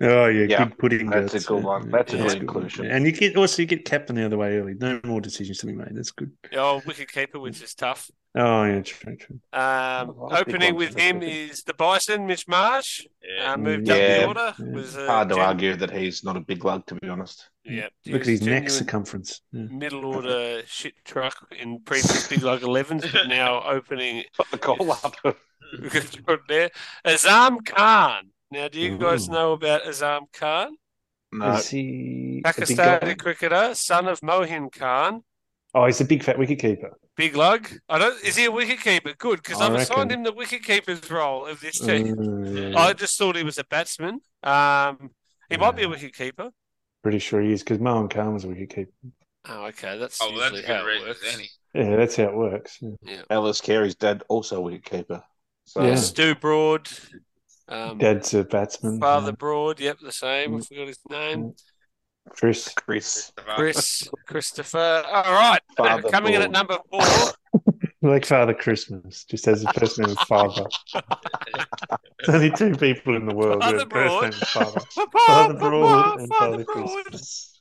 [SPEAKER 4] Oh yeah,
[SPEAKER 2] Yeah,
[SPEAKER 4] good pudding.
[SPEAKER 2] that's a good one. That's a
[SPEAKER 4] Yeah,
[SPEAKER 2] good
[SPEAKER 4] it's
[SPEAKER 2] inclusion.
[SPEAKER 4] And you get also you get captain the other way early. No more decisions to be made. That's good.
[SPEAKER 3] The old wicket oh, keeper, which is tough.
[SPEAKER 4] Oh yeah, true, true.
[SPEAKER 3] Um,
[SPEAKER 2] Oh, I think
[SPEAKER 3] opening
[SPEAKER 2] I'm
[SPEAKER 3] with
[SPEAKER 2] gonna
[SPEAKER 3] him
[SPEAKER 2] pick
[SPEAKER 3] is the Bison, Mitch Marsh.
[SPEAKER 1] Yeah.
[SPEAKER 3] Uh, moved
[SPEAKER 2] Yeah.
[SPEAKER 3] up the order.
[SPEAKER 4] Yeah.
[SPEAKER 3] Was uh,
[SPEAKER 2] Hard to
[SPEAKER 3] gen-
[SPEAKER 2] argue that he's not a big lug, to be honest.
[SPEAKER 3] Yeah, he
[SPEAKER 4] Look
[SPEAKER 3] was
[SPEAKER 4] at his neck
[SPEAKER 3] genuine
[SPEAKER 4] circumference. Yeah.
[SPEAKER 3] Middle order shit truck in previous big like 11s, but now opening
[SPEAKER 2] Put the call up.
[SPEAKER 3] there. Azam Khan. Now, do you guys
[SPEAKER 4] Ooh.
[SPEAKER 3] know about Azam Khan?
[SPEAKER 2] No,
[SPEAKER 4] Is he a big guy?
[SPEAKER 3] Pakistani cricketer, son of Mohin Khan,
[SPEAKER 4] Oh, he's a big fat wicketkeeper.
[SPEAKER 3] big lug. I don't. Is he a wicketkeeper? Good, because
[SPEAKER 4] I
[SPEAKER 3] I've assigned
[SPEAKER 4] reckon. Mm.
[SPEAKER 3] him the wicketkeeper's role of this team.
[SPEAKER 4] keeper.
[SPEAKER 3] I just thought he was a batsman. Um, he might be a
[SPEAKER 4] Yeah.
[SPEAKER 3] wicketkeeper.
[SPEAKER 4] Pretty sure he is because Mohan Khan was a wicketkeeper.
[SPEAKER 3] Oh, okay, that's
[SPEAKER 1] Oh, well, that's
[SPEAKER 3] usually
[SPEAKER 1] a
[SPEAKER 3] how
[SPEAKER 1] good
[SPEAKER 3] it
[SPEAKER 1] reason,
[SPEAKER 3] works.
[SPEAKER 1] isn't he?
[SPEAKER 4] Yeah, that's how it works. Yeah.
[SPEAKER 2] Ellis Carey's dad also a wicketkeeper. So
[SPEAKER 4] Yeah.
[SPEAKER 3] Stu Broad, um,
[SPEAKER 4] Dad's a batsman.
[SPEAKER 3] father Broad. Yep, the same. I
[SPEAKER 4] Mm.
[SPEAKER 3] forgot his name.
[SPEAKER 4] yeah. Chris.
[SPEAKER 2] Chris,
[SPEAKER 3] Chris Christopher. All right,
[SPEAKER 2] Father
[SPEAKER 3] coming in at
[SPEAKER 2] Broad.
[SPEAKER 3] number four.
[SPEAKER 4] Like Father Christmas, just as a first name of Father. There's only two people in the world who
[SPEAKER 3] Father
[SPEAKER 4] have first
[SPEAKER 3] Broad.
[SPEAKER 4] name is Father.
[SPEAKER 3] Papa,
[SPEAKER 4] Father
[SPEAKER 3] Papa,
[SPEAKER 4] Broad and
[SPEAKER 3] Father
[SPEAKER 4] Father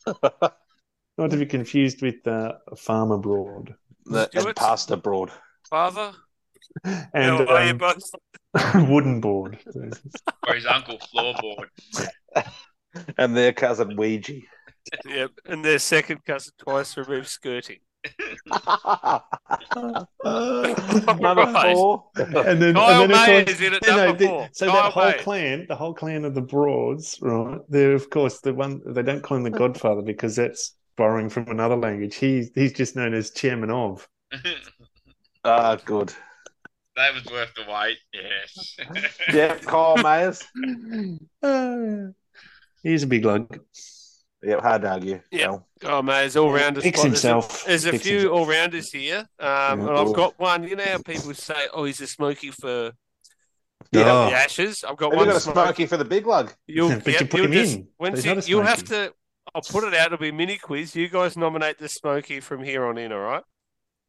[SPEAKER 3] Broad.
[SPEAKER 4] Not to be confused with uh, Farmer Broad.
[SPEAKER 2] the,
[SPEAKER 3] Stuart.
[SPEAKER 2] and passed abroad.
[SPEAKER 3] Father.
[SPEAKER 4] And
[SPEAKER 3] How are you
[SPEAKER 4] um,
[SPEAKER 3] both?
[SPEAKER 4] Wooden Board.
[SPEAKER 1] Or his uncle Floorboard.
[SPEAKER 2] And their cousin Ouija.
[SPEAKER 3] Yep, and their second cousin twice removed skirting.
[SPEAKER 2] Number four.
[SPEAKER 4] And then,
[SPEAKER 3] Kyle
[SPEAKER 4] and then of
[SPEAKER 3] May
[SPEAKER 4] course-
[SPEAKER 3] is in at
[SPEAKER 4] No, no,
[SPEAKER 3] number
[SPEAKER 4] the-
[SPEAKER 3] four.
[SPEAKER 4] so
[SPEAKER 3] Kyle
[SPEAKER 4] that whole
[SPEAKER 3] May.
[SPEAKER 4] clan, the whole clan of the Broads, right? They're of course the one they don't call him the Godfather because that's borrowing from another language. He's he's just known as Chairman of.
[SPEAKER 1] that
[SPEAKER 2] Ah, good.
[SPEAKER 1] was worth the wait. Yes.
[SPEAKER 2] Yeah, Kyle Mayers.
[SPEAKER 4] Uh, he's a big lug.
[SPEAKER 2] Yeah, hard to argue.
[SPEAKER 3] Yeah.
[SPEAKER 2] Well,
[SPEAKER 3] Kyle May is all round.
[SPEAKER 4] Picks himself.
[SPEAKER 3] There's a
[SPEAKER 4] Picks
[SPEAKER 3] few
[SPEAKER 4] himself.
[SPEAKER 3] all rounders here, um, and I've got one. You know how people say, "Oh, he's a smoky for
[SPEAKER 2] Yeah.
[SPEAKER 4] Oh.
[SPEAKER 3] the ashes." I've
[SPEAKER 2] Have
[SPEAKER 3] got
[SPEAKER 2] you
[SPEAKER 3] one.
[SPEAKER 2] got a
[SPEAKER 3] smoky.
[SPEAKER 2] smoky for the big lug?
[SPEAKER 3] You'll,
[SPEAKER 4] But you
[SPEAKER 3] yep,
[SPEAKER 4] put
[SPEAKER 3] you'll
[SPEAKER 4] him
[SPEAKER 3] just,
[SPEAKER 4] in,
[SPEAKER 3] Once
[SPEAKER 4] but he's
[SPEAKER 3] you,
[SPEAKER 4] not a
[SPEAKER 3] you'll have
[SPEAKER 4] smoky.
[SPEAKER 3] to. I'll put it out. It'll be a mini quiz. You guys nominate the smoky from here on in. All right?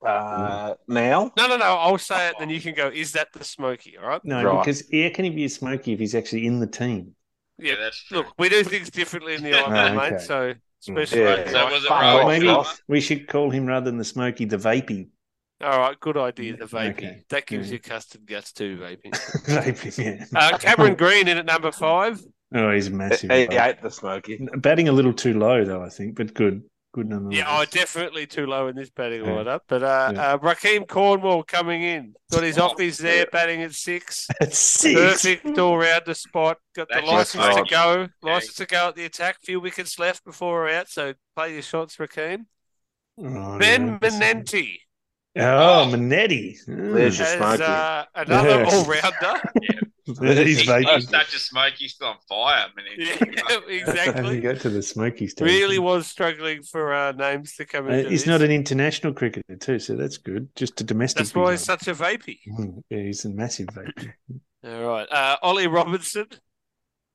[SPEAKER 2] Uh, now?
[SPEAKER 3] No, no, no. I'll say it, then you can go. Is that the smoky? All right.
[SPEAKER 4] No,
[SPEAKER 2] Right.
[SPEAKER 4] because how can he be a smoky if he's actually in the team?
[SPEAKER 1] Yeah, that's true.
[SPEAKER 3] Look, we do things differently in the
[SPEAKER 1] Oh,
[SPEAKER 3] island, mate.
[SPEAKER 4] okay.
[SPEAKER 3] So especially
[SPEAKER 2] Yeah.
[SPEAKER 1] Right, so was it
[SPEAKER 2] Fuck
[SPEAKER 1] Rowan
[SPEAKER 2] off,
[SPEAKER 4] Maybe
[SPEAKER 1] Sharma?
[SPEAKER 2] Ross.
[SPEAKER 4] we should call him rather than the smoky, the vapey.
[SPEAKER 3] All right, good idea. The vaping
[SPEAKER 4] Okay.
[SPEAKER 3] that gives
[SPEAKER 4] Yeah.
[SPEAKER 3] you custard guts too. Vaping.
[SPEAKER 4] vapey, yeah.
[SPEAKER 3] Uh, Cameron Green in at number five.
[SPEAKER 4] Oh, he's a
[SPEAKER 2] He
[SPEAKER 4] massive.
[SPEAKER 2] he
[SPEAKER 4] lug.
[SPEAKER 2] ate the smoky.
[SPEAKER 4] Batting a little too low though, I think, but good. Good nonetheless.
[SPEAKER 3] Yeah, oh, definitely too low in this batting
[SPEAKER 4] Mm. Yeah.
[SPEAKER 3] lineup. But uh,
[SPEAKER 4] Yeah.
[SPEAKER 3] uh, Raheem Cornwall coming in, got his offies there, batting at six.
[SPEAKER 4] That's six.
[SPEAKER 3] Perfect all round the spot. Got the
[SPEAKER 1] That's
[SPEAKER 3] license to
[SPEAKER 2] right.
[SPEAKER 3] go.
[SPEAKER 1] Yeah.
[SPEAKER 3] License to go at the attack. Few wickets left before we're out. So play your shots, Raheem.
[SPEAKER 4] Oh,
[SPEAKER 3] Ben
[SPEAKER 4] yeah.
[SPEAKER 3] Menenti
[SPEAKER 4] Oh, Manetti.
[SPEAKER 2] There's your
[SPEAKER 3] as
[SPEAKER 2] smoky.
[SPEAKER 3] uh, another
[SPEAKER 4] Yeah.
[SPEAKER 3] all rounder.
[SPEAKER 4] Oh, He's
[SPEAKER 1] He's
[SPEAKER 4] vaping.
[SPEAKER 1] such a smoke. He's still on fire. I mean,
[SPEAKER 3] yeah,
[SPEAKER 4] How do you
[SPEAKER 3] exactly.
[SPEAKER 4] go to the smoky stage?
[SPEAKER 3] Really was struggling for uh, names to come
[SPEAKER 4] Uh,
[SPEAKER 3] into
[SPEAKER 4] he's
[SPEAKER 3] this.
[SPEAKER 4] not an international cricketer too, so that's good. Just a domestic.
[SPEAKER 3] That's why
[SPEAKER 4] big
[SPEAKER 3] he's such a vapey.
[SPEAKER 4] one. Mm, yeah, he's a massive vape.
[SPEAKER 3] All right. Uh, Ollie Robinson.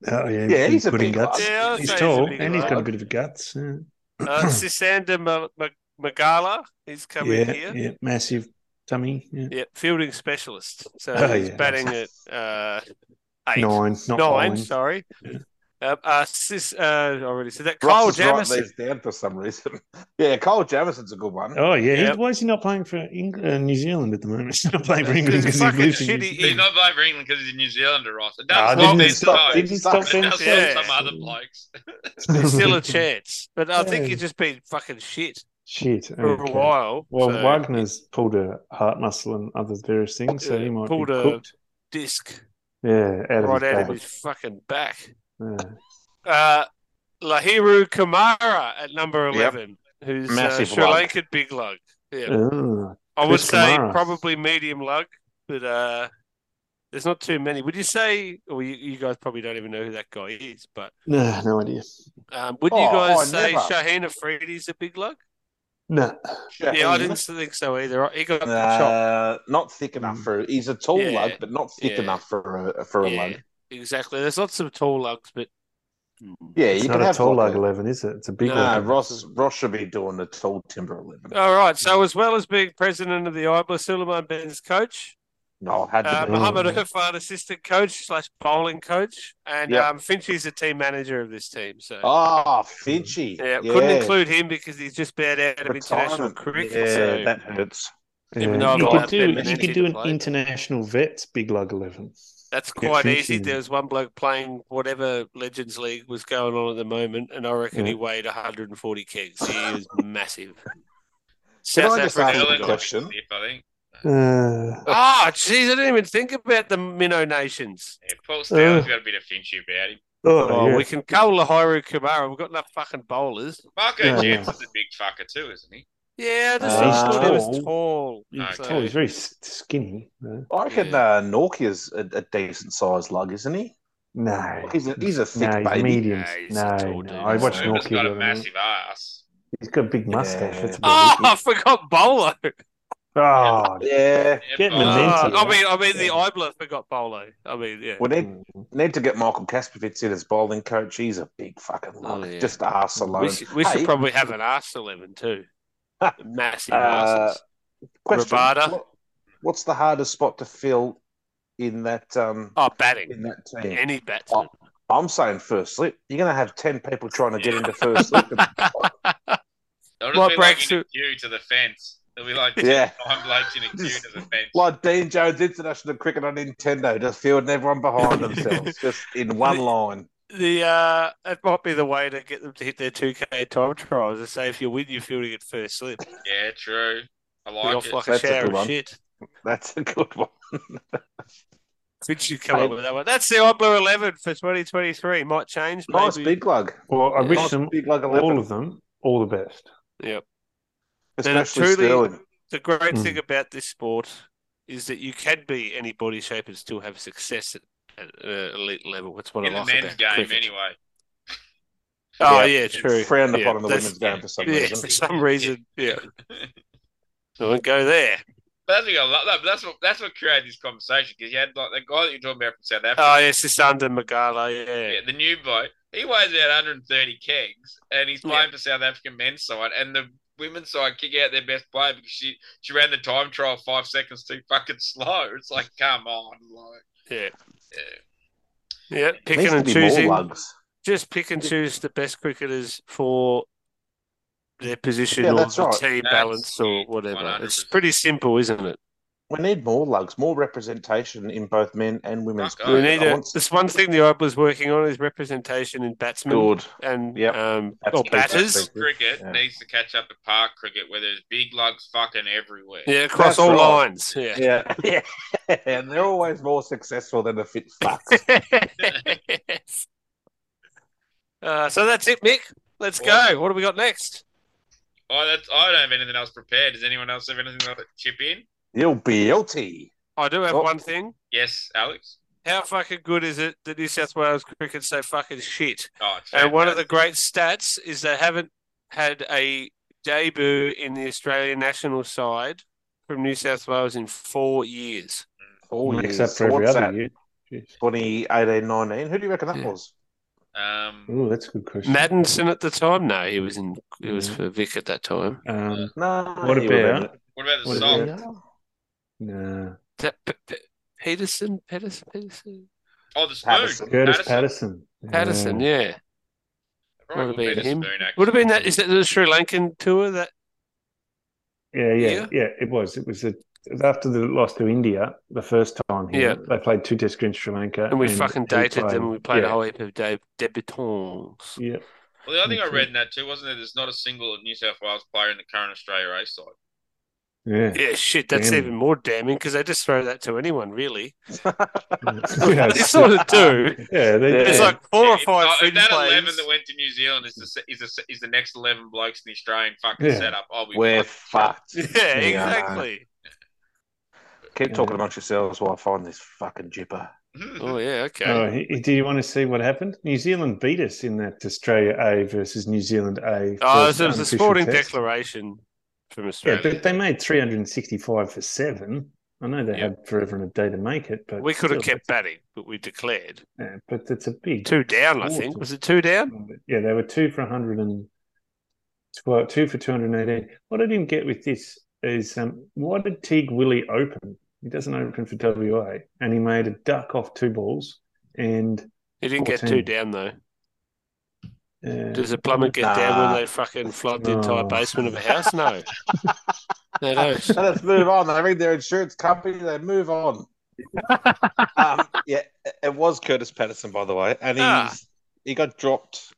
[SPEAKER 4] Oh yeah,
[SPEAKER 2] Yeah, he's a
[SPEAKER 4] good in
[SPEAKER 2] big
[SPEAKER 4] guts.
[SPEAKER 2] lad.
[SPEAKER 3] Yeah, I'd
[SPEAKER 4] He's
[SPEAKER 3] say he's
[SPEAKER 4] tall
[SPEAKER 3] a big
[SPEAKER 4] and he's got a
[SPEAKER 3] lad.
[SPEAKER 4] bit of a guts. Yeah,
[SPEAKER 3] Uh, Sisander Ma- Ma- Magala is coming
[SPEAKER 4] yeah,
[SPEAKER 3] here.
[SPEAKER 4] yeah, massive tummy. Yeah.
[SPEAKER 3] Yeah, fielding specialist. So
[SPEAKER 4] Oh,
[SPEAKER 3] he's
[SPEAKER 4] yeah.
[SPEAKER 3] batting at uh, eight.
[SPEAKER 4] Nine,
[SPEAKER 3] Nine,
[SPEAKER 4] not bowling.
[SPEAKER 3] sorry.
[SPEAKER 4] Yeah.
[SPEAKER 3] Uh, uh, sis, uh, I already said that.
[SPEAKER 2] Ross
[SPEAKER 3] Kyle
[SPEAKER 2] is writing
[SPEAKER 3] Jamison.
[SPEAKER 2] these down for some reason. yeah, Cole Jamison's a good one.
[SPEAKER 4] Oh yeah,
[SPEAKER 3] Yeah.
[SPEAKER 4] He, why is he not playing for England, uh, New Zealand at the moment? He's not playing for
[SPEAKER 3] He's
[SPEAKER 4] England because
[SPEAKER 3] fucking
[SPEAKER 4] he lives in
[SPEAKER 3] shitty
[SPEAKER 4] New Zealand.
[SPEAKER 3] England.
[SPEAKER 1] He's not playing for England because he's a New Zealander, Ross. It does
[SPEAKER 4] Ah,
[SPEAKER 2] didn't
[SPEAKER 1] help
[SPEAKER 2] he
[SPEAKER 1] these
[SPEAKER 2] stop-
[SPEAKER 1] blokes.
[SPEAKER 4] didn't he stop
[SPEAKER 1] It does
[SPEAKER 3] Yeah.
[SPEAKER 1] help some other blokes.
[SPEAKER 3] There's still a chance, but I think
[SPEAKER 4] Yeah.
[SPEAKER 3] he's just been fucking shit
[SPEAKER 4] Shit.
[SPEAKER 3] for
[SPEAKER 4] okay.
[SPEAKER 3] a while.
[SPEAKER 4] Well,
[SPEAKER 3] so
[SPEAKER 4] Wagner's pulled a heart muscle and other various things, so
[SPEAKER 3] Yeah,
[SPEAKER 4] he might
[SPEAKER 3] pulled
[SPEAKER 4] be
[SPEAKER 3] a-
[SPEAKER 4] cooked.
[SPEAKER 3] disc
[SPEAKER 4] Yeah, out of
[SPEAKER 3] right
[SPEAKER 4] his
[SPEAKER 3] out of
[SPEAKER 4] bag.
[SPEAKER 3] his fucking back.
[SPEAKER 4] Yeah.
[SPEAKER 3] Uh, Lahiru Kamara at number
[SPEAKER 2] Yep.
[SPEAKER 3] eleven, who's uh,
[SPEAKER 2] Massive
[SPEAKER 3] Sri
[SPEAKER 2] lug. Uh,
[SPEAKER 3] Lankan big lug. Yeah,
[SPEAKER 4] Oh,
[SPEAKER 3] I would
[SPEAKER 4] Chris
[SPEAKER 3] say
[SPEAKER 4] Kamara.
[SPEAKER 3] probably medium lug, but uh, there's not too many. Would you say? Well, you, you guys probably don't even know who that guy is, but
[SPEAKER 4] no, no idea.
[SPEAKER 3] um, would you
[SPEAKER 2] Oh,
[SPEAKER 3] guys
[SPEAKER 2] oh,
[SPEAKER 3] say
[SPEAKER 2] never.
[SPEAKER 3] Shaheen Afridi's a big lug?
[SPEAKER 4] No.
[SPEAKER 2] Shit.
[SPEAKER 3] Yeah, I didn't think so either. He got chopped.
[SPEAKER 2] Uh, not thick enough
[SPEAKER 4] Mm.
[SPEAKER 2] for. He's a tall
[SPEAKER 3] Yeah.
[SPEAKER 2] lug, but not thick
[SPEAKER 3] Yeah.
[SPEAKER 2] enough for a for a
[SPEAKER 3] Yeah,
[SPEAKER 2] lug.
[SPEAKER 3] exactly. There's lots of tall lugs, but
[SPEAKER 2] Yeah,
[SPEAKER 4] It's
[SPEAKER 2] you
[SPEAKER 4] not
[SPEAKER 2] can
[SPEAKER 4] a
[SPEAKER 2] have
[SPEAKER 4] tall
[SPEAKER 2] like
[SPEAKER 4] lug
[SPEAKER 2] a-
[SPEAKER 4] 11, is it? It's a big
[SPEAKER 2] No,
[SPEAKER 4] lug.
[SPEAKER 2] Ross Ross should be doing the tall timber eleven.
[SPEAKER 3] All right. So, as well as being president of the IBLA, Suleiman Ben's coach,
[SPEAKER 2] no, had to
[SPEAKER 3] uh,
[SPEAKER 2] be.
[SPEAKER 4] Muhammad-
[SPEAKER 3] Mohammed Irfan assistant coach slach bowling coach, and
[SPEAKER 2] Yep.
[SPEAKER 3] um, Finchie's a team manager of this team. So,
[SPEAKER 2] Oh, Finchy.
[SPEAKER 3] yeah, couldn't include him because he's just bowed out of international
[SPEAKER 2] Retirement.
[SPEAKER 3] cricket.
[SPEAKER 2] Yeah,
[SPEAKER 3] so,
[SPEAKER 2] that hurts.
[SPEAKER 3] Even
[SPEAKER 4] Yeah.
[SPEAKER 3] though
[SPEAKER 4] You
[SPEAKER 3] I've
[SPEAKER 4] could
[SPEAKER 3] got
[SPEAKER 4] do,
[SPEAKER 3] Ben
[SPEAKER 4] you
[SPEAKER 3] Menzies
[SPEAKER 4] could do
[SPEAKER 3] to
[SPEAKER 4] an
[SPEAKER 3] play.
[SPEAKER 4] international vets big lug 11.
[SPEAKER 3] that's
[SPEAKER 4] Yeah,
[SPEAKER 3] quite easy.
[SPEAKER 4] Finchie.
[SPEAKER 3] There was one bloke playing whatever Legends League was going on at the moment, and I reckon he weighed 140 kegs. He was massive.
[SPEAKER 2] Can
[SPEAKER 3] South
[SPEAKER 2] I just
[SPEAKER 3] African
[SPEAKER 2] ask a
[SPEAKER 3] guy.
[SPEAKER 2] question?
[SPEAKER 1] If I think.
[SPEAKER 4] Uh,
[SPEAKER 3] Oh, jeez, I didn't even think about the Minnow Nations.
[SPEAKER 1] Yeah, Paul Steele's
[SPEAKER 4] Uh.
[SPEAKER 1] got a bit of Finchy about him.
[SPEAKER 4] oh,
[SPEAKER 3] Oh,
[SPEAKER 4] yeah.
[SPEAKER 3] we can cull Lahiru Kamara. We've got enough fucking bowlers.
[SPEAKER 1] Marco
[SPEAKER 4] Yeah.
[SPEAKER 1] Jansen's a big fucker too, isn't he?
[SPEAKER 3] Yeah, I just
[SPEAKER 2] Uh,
[SPEAKER 3] uh, thought he was
[SPEAKER 4] tall.
[SPEAKER 3] tall.
[SPEAKER 4] He's
[SPEAKER 1] Okay.
[SPEAKER 4] tall. Oh, He's very s- skinny. No.
[SPEAKER 2] I reckon
[SPEAKER 3] Yeah.
[SPEAKER 2] uh, Norkia's a, a decent sized lug, isn't he?
[SPEAKER 4] No,
[SPEAKER 2] He's a, he's a thick
[SPEAKER 4] no, he's
[SPEAKER 2] baby.
[SPEAKER 4] medium.
[SPEAKER 3] Nah, he's a
[SPEAKER 4] No,
[SPEAKER 3] tall
[SPEAKER 4] no.
[SPEAKER 3] dude.
[SPEAKER 4] I watched
[SPEAKER 1] So he's
[SPEAKER 4] Norky.
[SPEAKER 1] got
[SPEAKER 4] the
[SPEAKER 1] a
[SPEAKER 4] other night.
[SPEAKER 1] massive ass.
[SPEAKER 4] He's got a big mustache.
[SPEAKER 2] Yeah.
[SPEAKER 4] That's about
[SPEAKER 3] Oh,
[SPEAKER 4] it.
[SPEAKER 3] I forgot Bolo.
[SPEAKER 4] Oh,
[SPEAKER 2] Yeah.
[SPEAKER 4] Get
[SPEAKER 1] Bolo.
[SPEAKER 4] Memento.
[SPEAKER 3] Oh,
[SPEAKER 4] Menzies,
[SPEAKER 3] I mean, I mean, the
[SPEAKER 4] yeah.
[SPEAKER 3] Ibler forgot Bolo. I mean, yeah.
[SPEAKER 2] We need, need to get Michael Kaspovitz in as bowling coach. He's a big fucking lug.
[SPEAKER 3] Oh, yeah.
[SPEAKER 2] Just arse alone.
[SPEAKER 3] We should, we should
[SPEAKER 2] Hey.
[SPEAKER 3] probably have an arse 11 too. Massive
[SPEAKER 2] Uh,
[SPEAKER 3] asses.
[SPEAKER 2] Question,
[SPEAKER 3] Rabada.
[SPEAKER 2] what- what's the hardest spot to fill in that um
[SPEAKER 3] Oh, batting.
[SPEAKER 2] in that team?
[SPEAKER 3] Any
[SPEAKER 2] Oh.
[SPEAKER 3] batsman.
[SPEAKER 2] I'm saying first slip. You're going to have 10 people trying to get into first slip.
[SPEAKER 1] They'll
[SPEAKER 3] Like
[SPEAKER 1] just be like in a
[SPEAKER 3] Braxton-
[SPEAKER 1] queue to the fence. They'll be like
[SPEAKER 2] yeah.
[SPEAKER 1] nine blokes in a queue to the fence.
[SPEAKER 2] Like Dean Jones International Cricket on Nintendo, just fielding everyone behind themselves, just in one line.
[SPEAKER 3] The uh, that might be the way to get them to hit their 2K time trials. To say if you win, you're fielding at first slip.
[SPEAKER 1] Yeah, true. I
[SPEAKER 3] You're
[SPEAKER 1] like
[SPEAKER 3] off
[SPEAKER 1] it.
[SPEAKER 3] like a
[SPEAKER 2] That's a
[SPEAKER 3] shower
[SPEAKER 2] good
[SPEAKER 3] of
[SPEAKER 2] one.
[SPEAKER 3] shit.
[SPEAKER 2] That's a good one.
[SPEAKER 3] Could you come up with that one? That's the Obler 11 for 2023. Might change. Maybe.
[SPEAKER 2] Nice big lug.
[SPEAKER 4] Well, I
[SPEAKER 3] Yeah.
[SPEAKER 4] wish
[SPEAKER 2] Nice
[SPEAKER 4] them
[SPEAKER 2] big lug 11,
[SPEAKER 4] all of them all the best.
[SPEAKER 3] Yep. Then it
[SPEAKER 2] especially
[SPEAKER 3] truly-
[SPEAKER 2] Sterling.
[SPEAKER 3] The great
[SPEAKER 2] Hmm.
[SPEAKER 4] Mm.
[SPEAKER 3] thing about this sport is that you can be any body shape and still have success at, at uh, elite level. That's what
[SPEAKER 1] In
[SPEAKER 3] I
[SPEAKER 1] the
[SPEAKER 3] like
[SPEAKER 1] men's
[SPEAKER 3] about
[SPEAKER 1] game,
[SPEAKER 3] cricket.
[SPEAKER 1] anyway.
[SPEAKER 3] Oh,
[SPEAKER 2] Yeah.
[SPEAKER 3] yeah, true.
[SPEAKER 2] Frowned
[SPEAKER 3] Yeah,
[SPEAKER 2] upon in the
[SPEAKER 3] that's-
[SPEAKER 2] women's game for some
[SPEAKER 3] Yeah,
[SPEAKER 2] reason.
[SPEAKER 3] for some reason. Yeah. I won't go there.
[SPEAKER 1] But that's what I love. That, that's what that's what created this conversation because you had like the guy that you're talking about from South Africa.
[SPEAKER 3] Oh, yes, it's under Magala. Yeah.
[SPEAKER 1] Yeah, the new bloke. He weighs about 130 kegs, and he's playing for South African men's side. And the women's side kick out their best player because she she ran the time trial five seconds too fucking slow. It's like, come on, like,
[SPEAKER 3] Yeah.
[SPEAKER 1] yeah.
[SPEAKER 3] Yeah. Picking
[SPEAKER 2] Needs to
[SPEAKER 3] and
[SPEAKER 2] be more
[SPEAKER 3] choosing.
[SPEAKER 2] lugs.
[SPEAKER 3] Just pick and choose the best cricketers for their position
[SPEAKER 2] Yeah,
[SPEAKER 3] or
[SPEAKER 2] that's
[SPEAKER 3] the
[SPEAKER 2] right.
[SPEAKER 3] team
[SPEAKER 1] That's
[SPEAKER 3] balance or
[SPEAKER 1] it,
[SPEAKER 3] whatever. It's
[SPEAKER 1] 100%.
[SPEAKER 3] pretty simple, isn't it?
[SPEAKER 2] We need more lugs, more representation in both men and women's.
[SPEAKER 1] Fuck
[SPEAKER 2] cricket.
[SPEAKER 3] We
[SPEAKER 1] yeah,
[SPEAKER 3] need
[SPEAKER 2] Oh, I
[SPEAKER 3] a,
[SPEAKER 2] want
[SPEAKER 3] this one thing the IBLA's working on is representation in batsmen
[SPEAKER 2] good.
[SPEAKER 3] and
[SPEAKER 2] Yep.
[SPEAKER 3] um
[SPEAKER 2] That's
[SPEAKER 3] or
[SPEAKER 2] key, that's
[SPEAKER 3] batters.
[SPEAKER 2] big.
[SPEAKER 1] cricket
[SPEAKER 2] Yeah.
[SPEAKER 1] needs to catch up to park cricket where there's big lugs fucking everywhere.
[SPEAKER 3] Yeah, across
[SPEAKER 2] That's
[SPEAKER 3] all
[SPEAKER 2] right.
[SPEAKER 3] lines. Yeah.
[SPEAKER 2] Yeah. yeah. and they're always more successful than the fit fucks.
[SPEAKER 3] uh, so that's it, Mick. Let's go. What do we got next?
[SPEAKER 1] Oh, that's I don't have anything else prepared. Does anyone else have anything else to chip in?
[SPEAKER 2] You'll be guilty.
[SPEAKER 3] I do have
[SPEAKER 2] Oh.
[SPEAKER 3] one thing.
[SPEAKER 1] Yes, Alex.
[SPEAKER 3] How fucking good is it that New South Wales cricket's so fucking shit?
[SPEAKER 1] Oh, it's
[SPEAKER 3] And one of the
[SPEAKER 1] fantastic.
[SPEAKER 3] great stats is they haven't had a debut in the Australian national side from New South Wales in four years.
[SPEAKER 2] Oh,
[SPEAKER 4] Except
[SPEAKER 2] yes.
[SPEAKER 4] for every
[SPEAKER 2] Oh, What's
[SPEAKER 4] other
[SPEAKER 2] that?
[SPEAKER 4] year. Jeez.
[SPEAKER 2] 2018 19. Who do you reckon that
[SPEAKER 3] Yeah.
[SPEAKER 2] was?
[SPEAKER 1] Um,
[SPEAKER 4] Oh, that's a good question.
[SPEAKER 3] Madison at the time? No, he was in. It
[SPEAKER 2] Mm-hmm.
[SPEAKER 3] was for Vic at that time.
[SPEAKER 4] Um,
[SPEAKER 2] No,
[SPEAKER 4] What
[SPEAKER 2] you would've
[SPEAKER 4] about-
[SPEAKER 2] been-
[SPEAKER 1] what about the
[SPEAKER 4] What
[SPEAKER 1] song?
[SPEAKER 4] about- nah.
[SPEAKER 3] Is that P- P- Peterson, Peterson, Peterson,
[SPEAKER 1] Oh, the spoon.
[SPEAKER 2] Patterson.
[SPEAKER 4] Curtis Patterson.
[SPEAKER 3] Patterson.
[SPEAKER 4] Yeah.
[SPEAKER 3] Yeah,
[SPEAKER 1] Right,
[SPEAKER 3] Would've
[SPEAKER 1] we'll
[SPEAKER 3] been
[SPEAKER 1] do the
[SPEAKER 3] him.
[SPEAKER 1] spoon, actually.
[SPEAKER 3] would have been that. Is that the Sri Lankan tour? That
[SPEAKER 4] Yeah, yeah,
[SPEAKER 3] Yeah.
[SPEAKER 4] yeah, It was. It was, a, it was after the loss to India the first time. Here, they played two tests against Sri Lanka,
[SPEAKER 3] and we fucking
[SPEAKER 4] he
[SPEAKER 3] dated them. and We played
[SPEAKER 4] yeah,
[SPEAKER 3] a whole heap of de- debutants.
[SPEAKER 4] Yeah,
[SPEAKER 1] Well, the other thing I
[SPEAKER 4] Okay.
[SPEAKER 1] read in that too wasn't there. There's not a single New South Wales player in the current Australia A side.
[SPEAKER 4] yeah.
[SPEAKER 3] Yeah, shit. That's
[SPEAKER 4] Damn.
[SPEAKER 3] even more damning because they just throw that to anyone, really.
[SPEAKER 4] Yeah,
[SPEAKER 3] They sort of do.
[SPEAKER 4] Yeah, they
[SPEAKER 2] It's
[SPEAKER 3] It's
[SPEAKER 4] yeah.
[SPEAKER 3] like four or
[SPEAKER 1] If
[SPEAKER 3] five
[SPEAKER 1] not- if
[SPEAKER 3] fringe
[SPEAKER 1] Oh, that
[SPEAKER 3] players.
[SPEAKER 1] eleven that went to New Zealand is the se- is the, se- is the next eleven blokes in the Australian fucking
[SPEAKER 4] Yeah.
[SPEAKER 1] setup. I'll be
[SPEAKER 2] We're fucked.
[SPEAKER 3] Yeah,
[SPEAKER 2] Yeah, I know.
[SPEAKER 3] exactly.
[SPEAKER 2] Keep
[SPEAKER 4] Yeah.
[SPEAKER 2] talking amongst yourselves while I find this fucking jipper.
[SPEAKER 3] Oh yeah, okay.
[SPEAKER 4] Oh, he- he- do you want to see what happened? New Zealand beat us in that Australia A versus New Zealand A.
[SPEAKER 3] Oh,
[SPEAKER 4] first
[SPEAKER 3] so it was a
[SPEAKER 4] unofficial
[SPEAKER 3] sporting
[SPEAKER 4] um, test.
[SPEAKER 3] declaration from
[SPEAKER 4] Yeah,
[SPEAKER 3] Australia.
[SPEAKER 4] but they made 365 for seven. I know they
[SPEAKER 1] Yeah.
[SPEAKER 4] had forever and a day to make it, but
[SPEAKER 3] we could have
[SPEAKER 4] still,
[SPEAKER 3] kept batting, but we declared
[SPEAKER 4] yeah, but it's a big
[SPEAKER 3] two down. I
[SPEAKER 4] Awesome.
[SPEAKER 3] think was it two down?
[SPEAKER 4] Yeah, they were two for 112, two for 218. What I didn't get with this is um, why did Teague Willie open? He doesn't open for WA, and he made a duck off two balls. And
[SPEAKER 3] He didn't get two
[SPEAKER 4] 14.
[SPEAKER 3] down though.
[SPEAKER 4] uh,
[SPEAKER 3] Does a plumber get down
[SPEAKER 2] Nah. Oh.
[SPEAKER 3] when they fucking flood the entire
[SPEAKER 4] No.
[SPEAKER 3] basement of a house? No, they don't.
[SPEAKER 2] Let us move on. They read their insurance company. They move on. um, yeah, it was Curtis Patterson, by the way, and he's
[SPEAKER 3] Ah.
[SPEAKER 2] he got dropped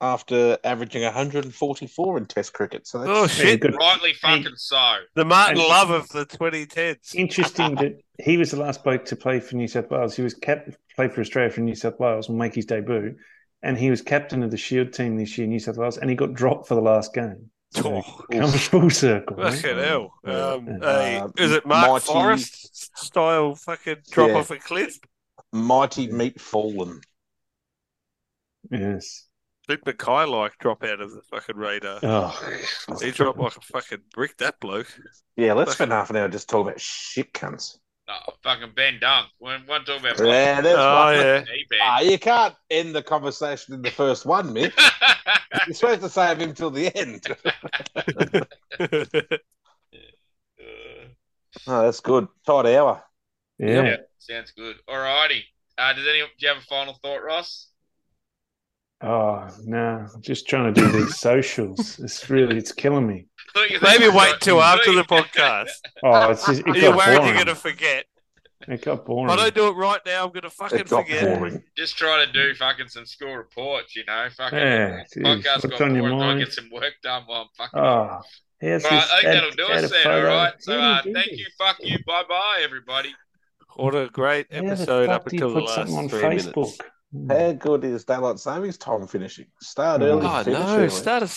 [SPEAKER 2] after averaging 144 in Test cricket. So that's
[SPEAKER 3] Oh
[SPEAKER 4] yeah,
[SPEAKER 3] shit!
[SPEAKER 4] good.
[SPEAKER 1] Rightly fucking so.
[SPEAKER 3] The Martin
[SPEAKER 4] And-
[SPEAKER 3] Love of the 2010s.
[SPEAKER 4] Interesting that he was the last bloke to play for New South Wales. He was cap- played for Australia for New South Wales and make his debut, and he was captain of the Shield E team this year, New South Wales, and he got dropped for the last game. So
[SPEAKER 3] Oh,
[SPEAKER 4] come full circle. mate.
[SPEAKER 3] fucking hell! Um,
[SPEAKER 4] Yeah.
[SPEAKER 3] hey,
[SPEAKER 2] Mm-hmm. Uh,
[SPEAKER 3] is it Mark
[SPEAKER 2] Marty-
[SPEAKER 3] Forrest style fucking drop
[SPEAKER 2] Yeah.
[SPEAKER 3] off a cliff?
[SPEAKER 2] mighty meat fallen.
[SPEAKER 4] Yes.
[SPEAKER 3] Luke Mackay like drop out of the fucking radar.
[SPEAKER 4] Oh,
[SPEAKER 3] He dropped like a fucking brick. That bloke.
[SPEAKER 2] Yeah, let's spend half an hour just talking about shit cunts.
[SPEAKER 1] Oh, fucking Ben Dunk. When one talk about
[SPEAKER 2] Yeah, that's
[SPEAKER 3] Oh
[SPEAKER 2] one.
[SPEAKER 3] yeah.
[SPEAKER 1] Hey, Ben.
[SPEAKER 2] Ah, you can't end the conversation in the first one, Mick. You're supposed to save him till the end.
[SPEAKER 1] Uh,
[SPEAKER 2] Oh, that's good. Tight hour.
[SPEAKER 4] yeah.
[SPEAKER 1] Yeah. sounds good. Alrighty. Uh, does anyone do you have a final thought, Ross?
[SPEAKER 4] Oh no, I'm just trying to do these socials. It's really it's killing me.
[SPEAKER 1] Look, you
[SPEAKER 3] Maybe
[SPEAKER 1] think-
[SPEAKER 3] wait till after the podcast.
[SPEAKER 4] Oh, it's just, it
[SPEAKER 3] Are
[SPEAKER 4] got
[SPEAKER 3] you worried
[SPEAKER 4] boring.
[SPEAKER 3] you're going to forget?
[SPEAKER 4] It got boring.
[SPEAKER 3] If I don't do it right now, I'm going to fucking
[SPEAKER 2] It got
[SPEAKER 3] forget.
[SPEAKER 2] boring.
[SPEAKER 1] Just try to do fucking some school reports, you know. Fucking
[SPEAKER 4] Yeah, geez,
[SPEAKER 1] podcast
[SPEAKER 4] what's
[SPEAKER 1] got
[SPEAKER 4] on your
[SPEAKER 1] bored, I
[SPEAKER 4] mind?
[SPEAKER 1] get some work done while I'm fucking.
[SPEAKER 4] Oh, here's
[SPEAKER 1] All right,
[SPEAKER 4] this
[SPEAKER 1] I think
[SPEAKER 4] ad-
[SPEAKER 1] that'll do
[SPEAKER 4] add a
[SPEAKER 1] us then. All
[SPEAKER 4] photo.
[SPEAKER 1] right. So,
[SPEAKER 4] How
[SPEAKER 1] uh,
[SPEAKER 4] do do
[SPEAKER 1] thank
[SPEAKER 4] this?
[SPEAKER 1] you. Fuck you. Bye bye, everybody.
[SPEAKER 3] What a great
[SPEAKER 4] How the
[SPEAKER 3] episode
[SPEAKER 4] fuck
[SPEAKER 3] up
[SPEAKER 4] do you
[SPEAKER 3] until the
[SPEAKER 4] put
[SPEAKER 3] last
[SPEAKER 4] something on
[SPEAKER 3] three
[SPEAKER 4] Facebook?
[SPEAKER 3] minutes.
[SPEAKER 4] Hmm.
[SPEAKER 2] How good is daylight savings time finishing? Start early,
[SPEAKER 3] Oh,
[SPEAKER 2] finish
[SPEAKER 3] no.
[SPEAKER 2] early.
[SPEAKER 3] Start us